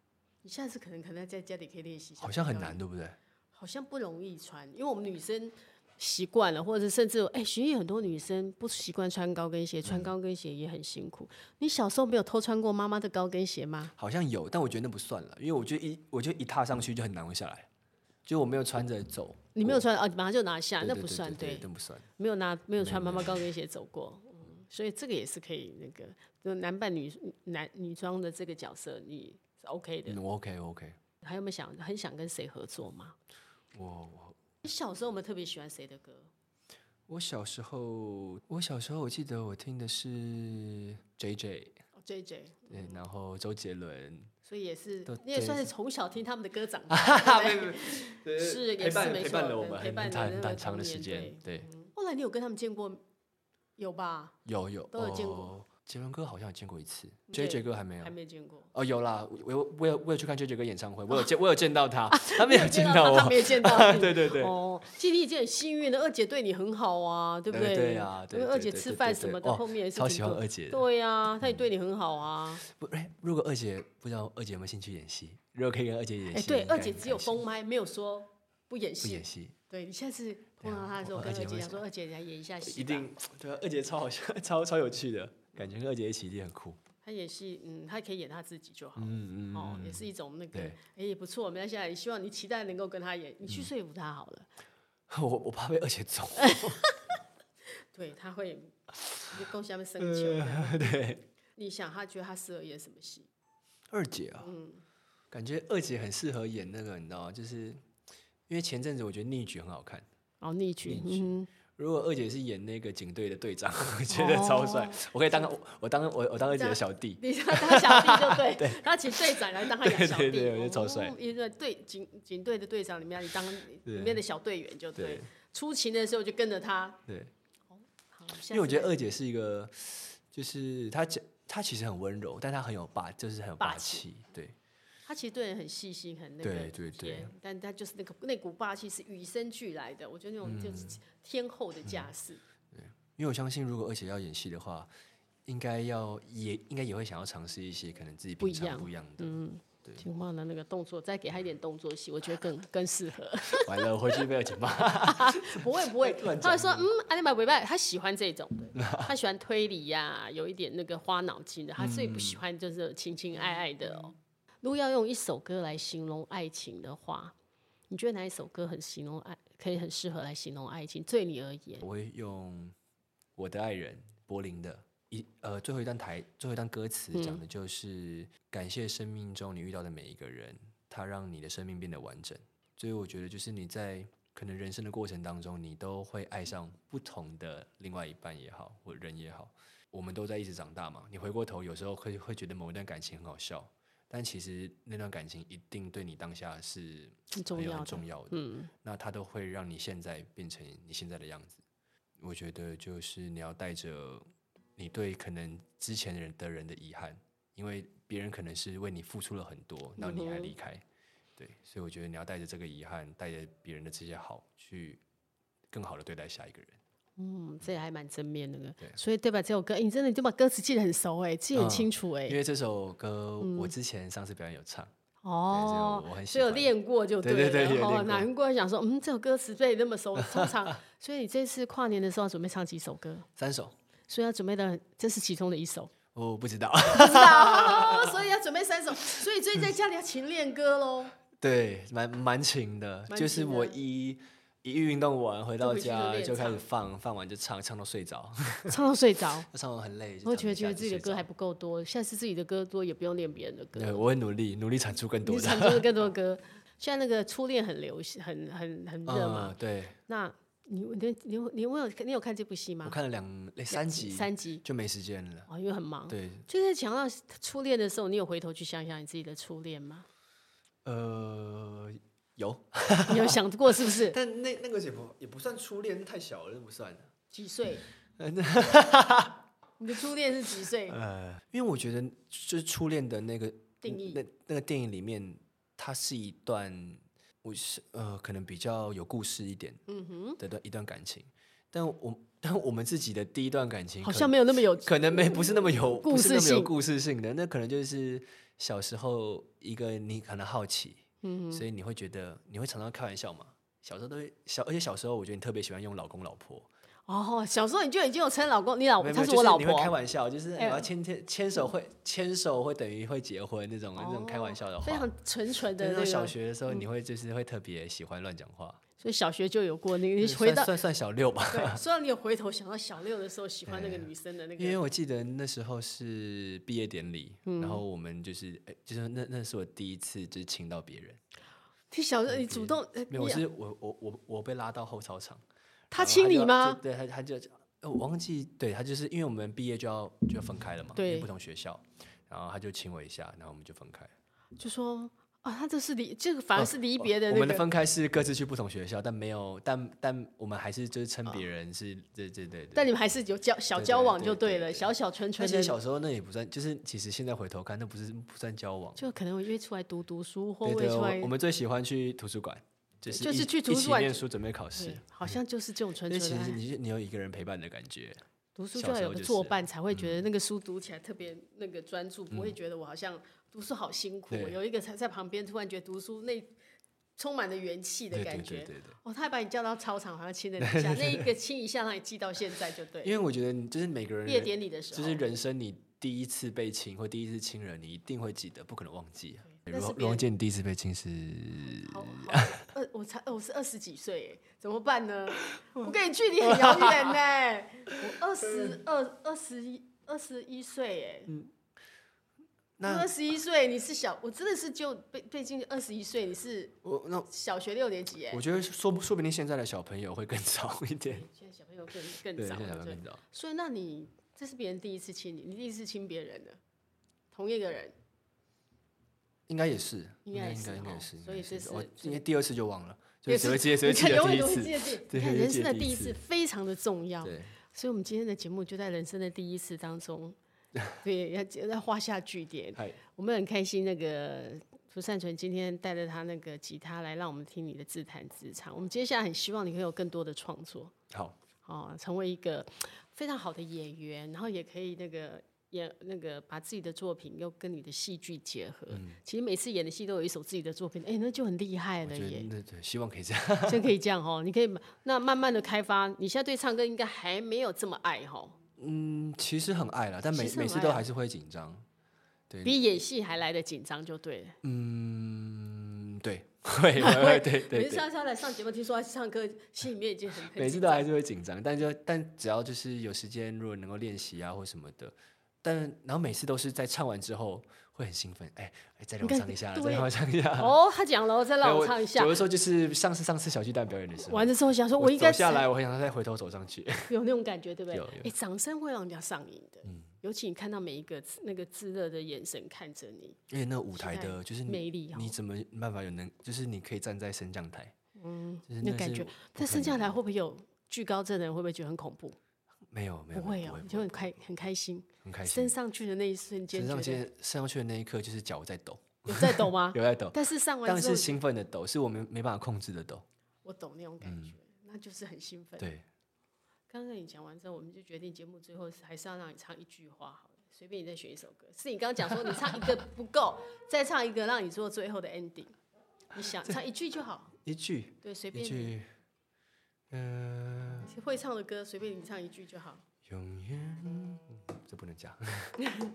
Speaker 2: 你下次可能可能在家里可以练习一下。
Speaker 1: 好像很
Speaker 2: 高跟
Speaker 1: 难，对不对？
Speaker 2: 好像不容易穿，因为我们女生习惯了，或者甚至哎，学、欸、很多女生不习惯穿高跟鞋，穿高跟鞋也很辛苦。你小时候没有偷穿过妈妈的高跟鞋吗？
Speaker 1: 好像有，但我觉得那不算了，因为我觉得一我就一踏上去就很难会下来，就我没有穿着走，
Speaker 2: 你没有穿哦，你马上就拿
Speaker 1: 对
Speaker 2: 下，
Speaker 1: 对
Speaker 2: 那不
Speaker 1: 对
Speaker 2: 算
Speaker 1: 对对，那不算。
Speaker 2: 没有拿没有穿妈妈高跟鞋走过。嗯，所以这个也是可以那个，就男扮女男女装的这个角色你是 OK 的。
Speaker 1: 嗯，我 OK 我 OK，
Speaker 2: 还有没有想很想跟谁合作吗？
Speaker 1: 我我
Speaker 2: 你小时候有没有特别喜欢谁的歌？
Speaker 1: 我小时候，我小时候我记得我听的是 JJ，
Speaker 2: 哦，J J，
Speaker 1: 对，然后周杰伦。
Speaker 2: 所以也是
Speaker 1: 都，
Speaker 2: 你也
Speaker 1: 对
Speaker 2: 算是从小听他们的歌长 大。对不对是也
Speaker 1: 陪
Speaker 2: 是
Speaker 1: 伴
Speaker 2: 没
Speaker 1: 陪
Speaker 2: 错
Speaker 1: 伴了我
Speaker 2: 对
Speaker 1: 们
Speaker 2: 陪
Speaker 1: 很
Speaker 2: 伴
Speaker 1: 很长很
Speaker 2: 了那个
Speaker 1: 很长的
Speaker 2: 童
Speaker 1: 时
Speaker 2: 年嗯
Speaker 1: 间，对，
Speaker 2: 后来你有跟他们见过，有吧？
Speaker 1: 有有
Speaker 2: 都有见过嗯
Speaker 1: 哦杰伦哥好像有见过一次
Speaker 2: 对
Speaker 1: ，J J 哥还没有
Speaker 2: 还。没见过。
Speaker 1: 哦，有啦，我我我有我有去看 J J 哥演唱会，我 有见我有见到他，他没有见
Speaker 2: 他
Speaker 1: 到我
Speaker 2: 哦他。没有见到
Speaker 1: 啊
Speaker 2: 你。
Speaker 1: 对对对，
Speaker 2: 哦，其实你已经很幸运了，二姐对你很好啊，对不
Speaker 1: 对
Speaker 2: 对
Speaker 1: 对啊对
Speaker 2: 因为
Speaker 1: 对
Speaker 2: 二姐
Speaker 1: 对
Speaker 2: 吃
Speaker 1: 对
Speaker 2: 饭
Speaker 1: 对
Speaker 2: 什
Speaker 1: 对
Speaker 2: 么的，
Speaker 1: 哦
Speaker 2: 后面也是
Speaker 1: 超
Speaker 2: 挺
Speaker 1: 喜欢
Speaker 2: 多
Speaker 1: 二姐的嗯
Speaker 2: 对呀，她也对你很好啊。
Speaker 1: 不，哎，如果二姐不知道二姐有没有兴趣演戏，如果可以跟二姐演
Speaker 2: 哎，
Speaker 1: 戏，
Speaker 2: 对，
Speaker 1: 应该
Speaker 2: 二姐
Speaker 1: 很
Speaker 2: 只有
Speaker 1: 开心
Speaker 2: 封麦，没有说不演
Speaker 1: 不
Speaker 2: 戏
Speaker 1: 演。戏，
Speaker 2: 对你下次
Speaker 1: 对
Speaker 2: 碰
Speaker 1: 啊
Speaker 2: 到她的时候，
Speaker 1: 我
Speaker 2: 跟
Speaker 1: 二
Speaker 2: 二
Speaker 1: 姐
Speaker 2: 姐
Speaker 1: 会
Speaker 2: 讲
Speaker 1: 说
Speaker 2: 说，二姐来演一下戏吧。
Speaker 1: 一定对啊，二姐超好笑， 超超有趣的感觉，跟二姐一起一定很酷。
Speaker 2: 她演戏，嗯，她可以演她自己就好。
Speaker 1: 嗯嗯，
Speaker 2: 哦，也
Speaker 1: 嗯
Speaker 2: 是一种那个，
Speaker 1: 对嗯
Speaker 2: 哎，啊也不错。我们接下来希望你期待能够跟她演，你去说服她好了。
Speaker 1: 我我怕被二姐揍。
Speaker 2: 对，她会，你够下面生
Speaker 1: 呃
Speaker 2: 球这 样。
Speaker 1: 对，
Speaker 2: 你想，她觉得她适合演什么戏？
Speaker 1: 二姐啊，
Speaker 2: 嗯，
Speaker 1: 感觉二姐很适合演那个，你知道吗？就是因为前阵子我觉得逆局很好看。
Speaker 2: 哦，逆局，
Speaker 1: 逆局
Speaker 2: 嗯哼
Speaker 1: 如果二姐是演那个警队的队长， 我觉得超帅。
Speaker 2: 哦
Speaker 1: 我可以当个我我当我我当二姐的小弟，
Speaker 2: 你让他当小弟就 对，他请队长来当他养小弟，
Speaker 1: 对对对我觉得超帅
Speaker 2: 哦因为队警警队的队长里面，你当里面的小队员就对。
Speaker 1: 对
Speaker 2: 出勤的时候就跟着他，
Speaker 1: 对，
Speaker 2: 好
Speaker 1: 因为我觉得
Speaker 2: 下次
Speaker 1: 二姐是一个，就是她讲她其实很温柔，但她很有霸，就是很有
Speaker 2: 霸
Speaker 1: 霸气。对
Speaker 2: 他其实对人很细心，很那个，
Speaker 1: 对对对
Speaker 2: 也，但他就是那个那股霸气是与生俱来的，我觉得那种就是天后的架势。
Speaker 1: 因为我相信，如果二姐要演戏的话，应该要也应该也会想要尝试一些可能自己
Speaker 2: 不
Speaker 1: 平
Speaker 2: 一
Speaker 1: 常
Speaker 2: 样
Speaker 1: 不一样的。
Speaker 2: 嗯，
Speaker 1: 对
Speaker 2: 听话的那个动作，再给他一点动作戏，我觉得更更适合。
Speaker 1: 完了，我回去被二姐骂。
Speaker 2: 不会不会
Speaker 1: 乱，
Speaker 2: 他
Speaker 1: 讲
Speaker 2: 会说嗯，阿尼玛维拜，他喜欢这种的，他喜欢推理呀、有一点那个花脑筋的，他最不喜欢就是情情爱爱的
Speaker 1: 嗯
Speaker 2: 哦。如果要用一首歌来形容爱情的话，你觉得哪一首歌很形容爱，可以很适合来形容爱情？对你而言，
Speaker 1: 我会用我的爱人柏林的一呃最后一段台最后一段歌词讲的就是、感谢生命中你遇到的每一个人，他让你的生命变得完整。所以我觉得就是你在可能人生的过程当中，你都会爱上不同的另外一半也好，或人也好。我们都在一直长大嘛，你回过头有时候会会觉得某一段感情很好笑，但其实那段感情一定对你当下是
Speaker 2: 很重
Speaker 1: 很有
Speaker 2: 要
Speaker 1: 很
Speaker 2: 的
Speaker 1: 重要的。
Speaker 2: 嗯，
Speaker 1: 那它都会让你现在变成你现在的样子。我觉得就是你要带着你对可能之前的人的人的遗憾，因为别人可能是为你付出了很多，然后
Speaker 2: 嗯
Speaker 1: 你还离开，对，所以我觉得你要带着这个遗憾，带着别人的这些好，去更好的对待下一个人。
Speaker 2: 嗯，这还蛮正面的呢
Speaker 1: 对。
Speaker 2: 所以对吧？这首歌，诶你真的就把歌词记得很熟哎、记得很
Speaker 1: 嗯
Speaker 2: 清楚哎、
Speaker 1: 因为这首歌
Speaker 2: 嗯
Speaker 1: 我之前上次表演有唱，
Speaker 2: 哦
Speaker 1: 对这个我，很喜
Speaker 2: 所以有
Speaker 1: 欢
Speaker 2: 练过就
Speaker 1: 对
Speaker 2: 了。
Speaker 1: 对对有练
Speaker 2: 哦，
Speaker 1: 过
Speaker 2: 难怪想说，嗯，这首歌词背那么熟，通常。所以你这次跨年的时候要准备唱几首歌？
Speaker 1: 三首
Speaker 2: 所以要准备的，这是其中的 一首。
Speaker 1: 我不知道，
Speaker 2: 不知道，所以要准备三首。所以最近在家里要勤练歌喽。
Speaker 1: 对，蛮蛮勤的，
Speaker 2: 蛮
Speaker 1: 就是
Speaker 2: 勤的
Speaker 1: 我一一运动完回到
Speaker 2: 回去就
Speaker 1: 家
Speaker 2: 练
Speaker 1: 就开始
Speaker 2: 唱
Speaker 1: 放，放完就唱，唱到睡着。
Speaker 2: 唱到睡 着，
Speaker 1: 那唱完很累，就
Speaker 2: 我
Speaker 1: 躺
Speaker 2: 觉得
Speaker 1: 一下
Speaker 2: 觉得
Speaker 1: 就
Speaker 2: 自己的
Speaker 1: 睡
Speaker 2: 歌
Speaker 1: 着
Speaker 2: 还不够多，下次自己的歌多也不用练别人的歌。
Speaker 1: 对，我会努力努力产出更
Speaker 2: 你
Speaker 1: 多的。
Speaker 2: 产出了更多歌。 现在那个初恋很流行，很很很热嘛
Speaker 1: 嗯，。对，
Speaker 2: 那你你你你我有你有看这部戏吗
Speaker 1: 我？看了两诶三集，
Speaker 2: 三集
Speaker 1: 就没时间了。
Speaker 2: 哦，因为很忙。
Speaker 1: 对，
Speaker 2: 就是讲到初恋的时候，你有回头去想想你自己的初恋吗？
Speaker 1: 呃，有，
Speaker 2: 你有想过是不是？
Speaker 1: 但那那个也不也不算初恋，太小了，那不算。
Speaker 2: 几岁？你的初恋是几岁？
Speaker 1: 呃，因为我觉得就是初恋的那个
Speaker 2: 定义
Speaker 1: 那那个电影里面，它是一段我是呃可能比较有故事一点
Speaker 2: 嗯哼，
Speaker 1: 的段一段感情，但我 但我们自己的第一段感情
Speaker 2: 好
Speaker 1: 可
Speaker 2: 像没有那么有
Speaker 1: 可能没不是那么有
Speaker 2: 故
Speaker 1: 不是那
Speaker 2: 事
Speaker 1: 么有
Speaker 2: 性
Speaker 1: 故事性的，那可能就是小时候一个你可能好奇，
Speaker 2: 嗯
Speaker 1: 所以你会觉得你会常常开玩笑嘛。小时候都会小，而且小时候我觉得你特别喜欢用老公老婆，
Speaker 2: 哦。小时候你就已经有称老公，你老
Speaker 1: 没
Speaker 2: 婆
Speaker 1: 有没
Speaker 2: 她
Speaker 1: 有
Speaker 2: 哦我
Speaker 1: 就
Speaker 2: 老
Speaker 1: 你会开
Speaker 2: 婆，
Speaker 1: 玩笑，就是我
Speaker 2: 哎
Speaker 1: 要牵牵牵手会牵手会等于会结婚那种那种开玩笑的
Speaker 2: 哦非
Speaker 1: 话。
Speaker 2: 常纯纯
Speaker 1: 对
Speaker 2: 的
Speaker 1: 那
Speaker 2: 那
Speaker 1: 种
Speaker 2: 个。
Speaker 1: 小学的
Speaker 2: 嗯
Speaker 1: 时候，你会就是会特别喜欢乱讲话，
Speaker 2: 所以小学就有过那个。你
Speaker 1: 算
Speaker 2: 回到
Speaker 1: 算算小六吧，
Speaker 2: 对，虽然你有回头想到小六的时候喜欢那个女生的那
Speaker 1: 因为
Speaker 2: 个，
Speaker 1: 我记得那时候是毕业典礼，
Speaker 2: 嗯
Speaker 1: 然后我们就是哎就是那那是我第一次就是亲到别人，
Speaker 2: 你小时候你主动，呃
Speaker 1: 没有，我
Speaker 2: 你
Speaker 1: 是我我我我被拉到后操场，
Speaker 2: 他
Speaker 1: 然后
Speaker 2: 亲
Speaker 1: 就
Speaker 2: 你
Speaker 1: 要
Speaker 2: 吗
Speaker 1: 就？对，他他就呃我忘记，对他就是因为我们毕业就要就要分开了嘛，因为
Speaker 2: 对
Speaker 1: 不同学校，然后他就亲我一下，然后我们就分开。
Speaker 2: 就说哦，他这是离这个反而是离别的
Speaker 1: 哦我
Speaker 2: 那
Speaker 1: 们的
Speaker 2: 个
Speaker 1: 分开是各自去不同学校，但没有，但但我们还是就是称别人是，对对对对。
Speaker 2: 啊但你们还是有交小
Speaker 1: 对对
Speaker 2: 交往就
Speaker 1: 对
Speaker 2: 对
Speaker 1: 对
Speaker 2: 了，
Speaker 1: 对
Speaker 2: 小小纯
Speaker 1: 但
Speaker 2: 纯
Speaker 1: 其实
Speaker 2: 的，
Speaker 1: 小时候那也不算，就是其实现在回头看，那不是不算交往。
Speaker 2: 就可能我约出来读读书，或
Speaker 1: 对
Speaker 2: 约
Speaker 1: 对，
Speaker 2: 出来
Speaker 1: 我我，们最喜欢去图书馆，就
Speaker 2: 对
Speaker 1: 是
Speaker 2: 就
Speaker 1: 一
Speaker 2: 是去图
Speaker 1: 一
Speaker 2: 书
Speaker 1: 起
Speaker 2: 馆
Speaker 1: 念书准备考试
Speaker 2: 对。好像就是这种纯
Speaker 1: 所以
Speaker 2: 纯
Speaker 1: 其
Speaker 2: 的
Speaker 1: 实你
Speaker 2: 爱。
Speaker 1: 你有一个人陪伴的感觉，
Speaker 2: 啊读书
Speaker 1: 小
Speaker 2: 就要
Speaker 1: 时
Speaker 2: 有
Speaker 1: 候
Speaker 2: 个
Speaker 1: 就
Speaker 2: 作
Speaker 1: 是嗯
Speaker 2: 伴，才会觉得那个书读起来特别那个专注，不会觉得我好像读书好辛苦。
Speaker 1: 对
Speaker 2: 有一个才在旁边，突然觉得读书那充满了元气的
Speaker 1: 对
Speaker 2: 感
Speaker 1: 对
Speaker 2: 觉
Speaker 1: 对。对对。
Speaker 2: 哦，他还把你叫到操场，好像亲了你 一下，那一个亲一下让你记到现在就对
Speaker 1: 因。为我觉得你就是每个人
Speaker 2: 毕业
Speaker 1: 人
Speaker 2: 典礼的时
Speaker 1: 就
Speaker 2: 候，
Speaker 1: 是人生你第一次被亲或第一次亲人，你一定会记得，不可能忘记啊。
Speaker 2: 对那是
Speaker 1: 荣
Speaker 2: 别人
Speaker 1: 荣姐，你第一次被亲是？
Speaker 2: 好
Speaker 1: 嗯
Speaker 2: 好二我才哦我是二十几岁耶，怎么办呢？我跟你距离很遥远呢，我二十二二十一二十一岁哎，
Speaker 1: 嗯那
Speaker 2: 二十一岁你是小，我真的是就被被进二十一岁，你是
Speaker 1: 我那
Speaker 2: 小学六年级哎，
Speaker 1: 我觉得说不说不定现在的小朋友会更 早一点，
Speaker 2: 现在小朋友更更
Speaker 1: 对，
Speaker 2: 早
Speaker 1: 现在小朋友
Speaker 2: 对
Speaker 1: 更。早。
Speaker 2: 所以那你这是别人第一次亲你，你第一次亲别人的，同一个人，
Speaker 1: 应该也是，
Speaker 2: 应该也
Speaker 1: 应
Speaker 2: 是
Speaker 1: 该应该
Speaker 2: 哦
Speaker 1: 也是，应
Speaker 2: 所
Speaker 1: 该
Speaker 2: 以
Speaker 1: 也
Speaker 2: 这是
Speaker 1: 我
Speaker 2: 就
Speaker 1: 应该第二次就忘了，就
Speaker 2: 也
Speaker 1: 是只会记得只
Speaker 2: 你
Speaker 1: 会记
Speaker 2: 看永远都
Speaker 1: 得
Speaker 2: 会
Speaker 1: 第
Speaker 2: 记
Speaker 1: 一次，
Speaker 2: 得自己，
Speaker 1: 对
Speaker 2: 你看
Speaker 1: 永远
Speaker 2: 人
Speaker 1: 记
Speaker 2: 生
Speaker 1: 得
Speaker 2: 的
Speaker 1: 第
Speaker 2: 第
Speaker 1: 一
Speaker 2: 一
Speaker 1: 次
Speaker 2: 次非常的重要。
Speaker 1: 对，
Speaker 2: 所以，我们今天的节目就在人生的第一次当 中，对，要要画下句点。
Speaker 1: 嗨，
Speaker 2: 我们很开心，那个涂善存今天带着他那个吉他来，让我们听你的自弹自唱。我们接下来很希望你可以有更多的创作，
Speaker 1: 好，
Speaker 2: 哦，成为一个非常好的演员，然后也可以那个。演那个把自己的作品又跟你的戏剧结合，
Speaker 1: 嗯
Speaker 2: 其实每次演的戏都有一首自己的作品，哎、那就很厉害
Speaker 1: 我
Speaker 2: 了
Speaker 1: 觉
Speaker 2: 耶
Speaker 1: 得！那对，希望可以这样。
Speaker 2: 真可以这样哦，你可以把那慢慢的开发。你现在对唱歌应该还没有这么爱哦哈，
Speaker 1: 嗯，其实很爱了，但每
Speaker 2: 其实很
Speaker 1: 每次
Speaker 2: 爱
Speaker 1: 都
Speaker 2: 啊
Speaker 1: 还是会紧张。对
Speaker 2: 比演戏还来得紧张就对了。
Speaker 1: 嗯， 对， 会会会，对
Speaker 2: 每
Speaker 1: 对
Speaker 2: 次
Speaker 1: 对，
Speaker 2: 上上来上节目，听说他唱歌，心里面已经很
Speaker 1: 每
Speaker 2: 很
Speaker 1: 次
Speaker 2: 紧
Speaker 1: 都
Speaker 2: 张。
Speaker 1: 还是会紧张，但就但只要就是有时间，如果能够练习啊或什么的，但然后每次都是在唱完之后会很兴奋，哎哎，再让我
Speaker 2: 你看
Speaker 1: 唱一下，再
Speaker 2: 对
Speaker 1: 让我唱一 下。
Speaker 2: 哦，他讲了哦，再让
Speaker 1: 对
Speaker 2: 我唱一下
Speaker 1: 有。的时候就是上次上次小巨蛋表演的时候，
Speaker 2: 完了之后想说，
Speaker 1: 我
Speaker 2: 应该
Speaker 1: 走下
Speaker 2: 是
Speaker 1: 来，我很想再回头走上 去。
Speaker 2: 有那种感觉，对不对
Speaker 1: 有有？嗯
Speaker 2: 哎，掌声会让人家上瘾的。尤其你看到每一个那个炙热的眼神看着你，
Speaker 1: 因为那舞台
Speaker 2: 待
Speaker 1: 的，就是
Speaker 2: 魅
Speaker 1: 你
Speaker 2: 力哦
Speaker 1: 你怎么办法有能，就是你可以站在升降台，嗯，就是
Speaker 2: 那
Speaker 1: 个
Speaker 2: 感
Speaker 1: 是
Speaker 2: 觉
Speaker 1: 不。
Speaker 2: 但
Speaker 1: 可
Speaker 2: 生下
Speaker 1: 能
Speaker 2: 来
Speaker 1: 的
Speaker 2: 会不会有惧高症的人会不会觉得很恐怖？
Speaker 1: 没有没有
Speaker 2: 不
Speaker 1: 没
Speaker 2: 会
Speaker 1: 有
Speaker 2: 哦，你
Speaker 1: 不
Speaker 2: 就
Speaker 1: 会
Speaker 2: 很开很开心。
Speaker 1: 很开
Speaker 2: 升
Speaker 1: 心。
Speaker 2: 上去的那一瞬间，
Speaker 1: 升上去
Speaker 2: 觉得
Speaker 1: 升上去的那一刻，就是脚在抖，
Speaker 2: 有在抖 吗？
Speaker 1: 有在抖，
Speaker 2: 但是上完
Speaker 1: 但
Speaker 2: 之后
Speaker 1: 是，兴奋的抖，是我们没办法控制的抖。
Speaker 2: 我懂那种感觉，
Speaker 1: 嗯
Speaker 2: 那就是很兴奋。
Speaker 1: 对，
Speaker 2: 刚刚你讲完之后，我们就决定节目最后是还是要让你唱一句话好了，随便你再选一首歌。是你刚刚讲说你唱一个不够， 再唱一个让你做最后的 ending。你想唱一句就好，
Speaker 1: 一句
Speaker 2: 对，随便
Speaker 1: 一
Speaker 2: 你
Speaker 1: 句，嗯，
Speaker 2: 会唱的歌随便你唱一句就好。
Speaker 1: 永远，这不能讲。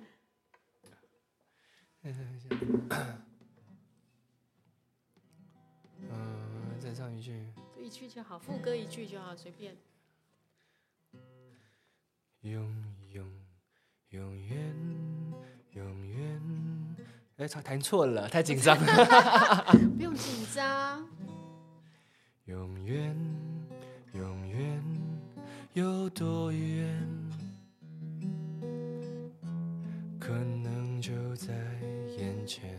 Speaker 1: 嗯，再唱一句。
Speaker 2: 就一句就好，副歌一句就好，随便。
Speaker 1: 永永永远永远。哎，唱弹错了，太紧张了。
Speaker 2: 不用紧张，
Speaker 1: 永远永远有多远？可能就在眼前。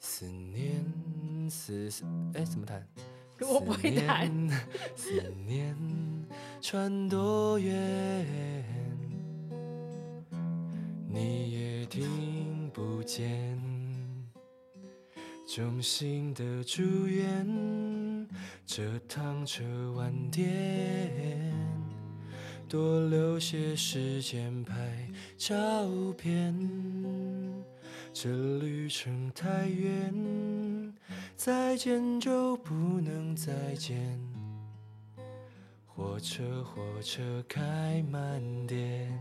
Speaker 1: 思念思哎，怎么弹？
Speaker 2: 我不会弹。
Speaker 1: 思念。思念穿多远，你也听不见。衷心的祝愿，这趟车晚点多留些时间拍照片。这旅程太远，再见就不能再见。火车，火车开慢点。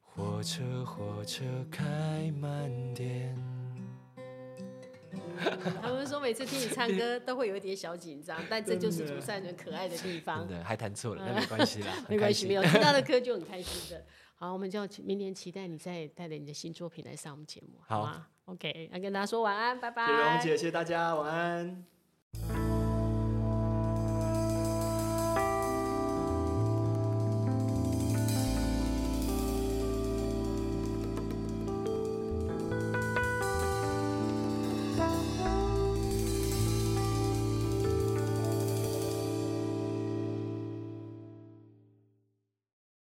Speaker 1: 火车，火车开慢点。
Speaker 2: 他们说每次听你唱歌都会有一点小紧张，但这就是竹善人可爱的地方，
Speaker 1: 真。的还弹错了，那没关系啦
Speaker 2: 嗯 没关系，没有听到的歌就很开心的。 好，我们就明年期待你再带着你的新作品来上我们节目，好
Speaker 1: 好
Speaker 2: 吗？OK，那跟大家说晚安，拜拜。
Speaker 1: 谢谢蓉姐，谢谢大家，晚安。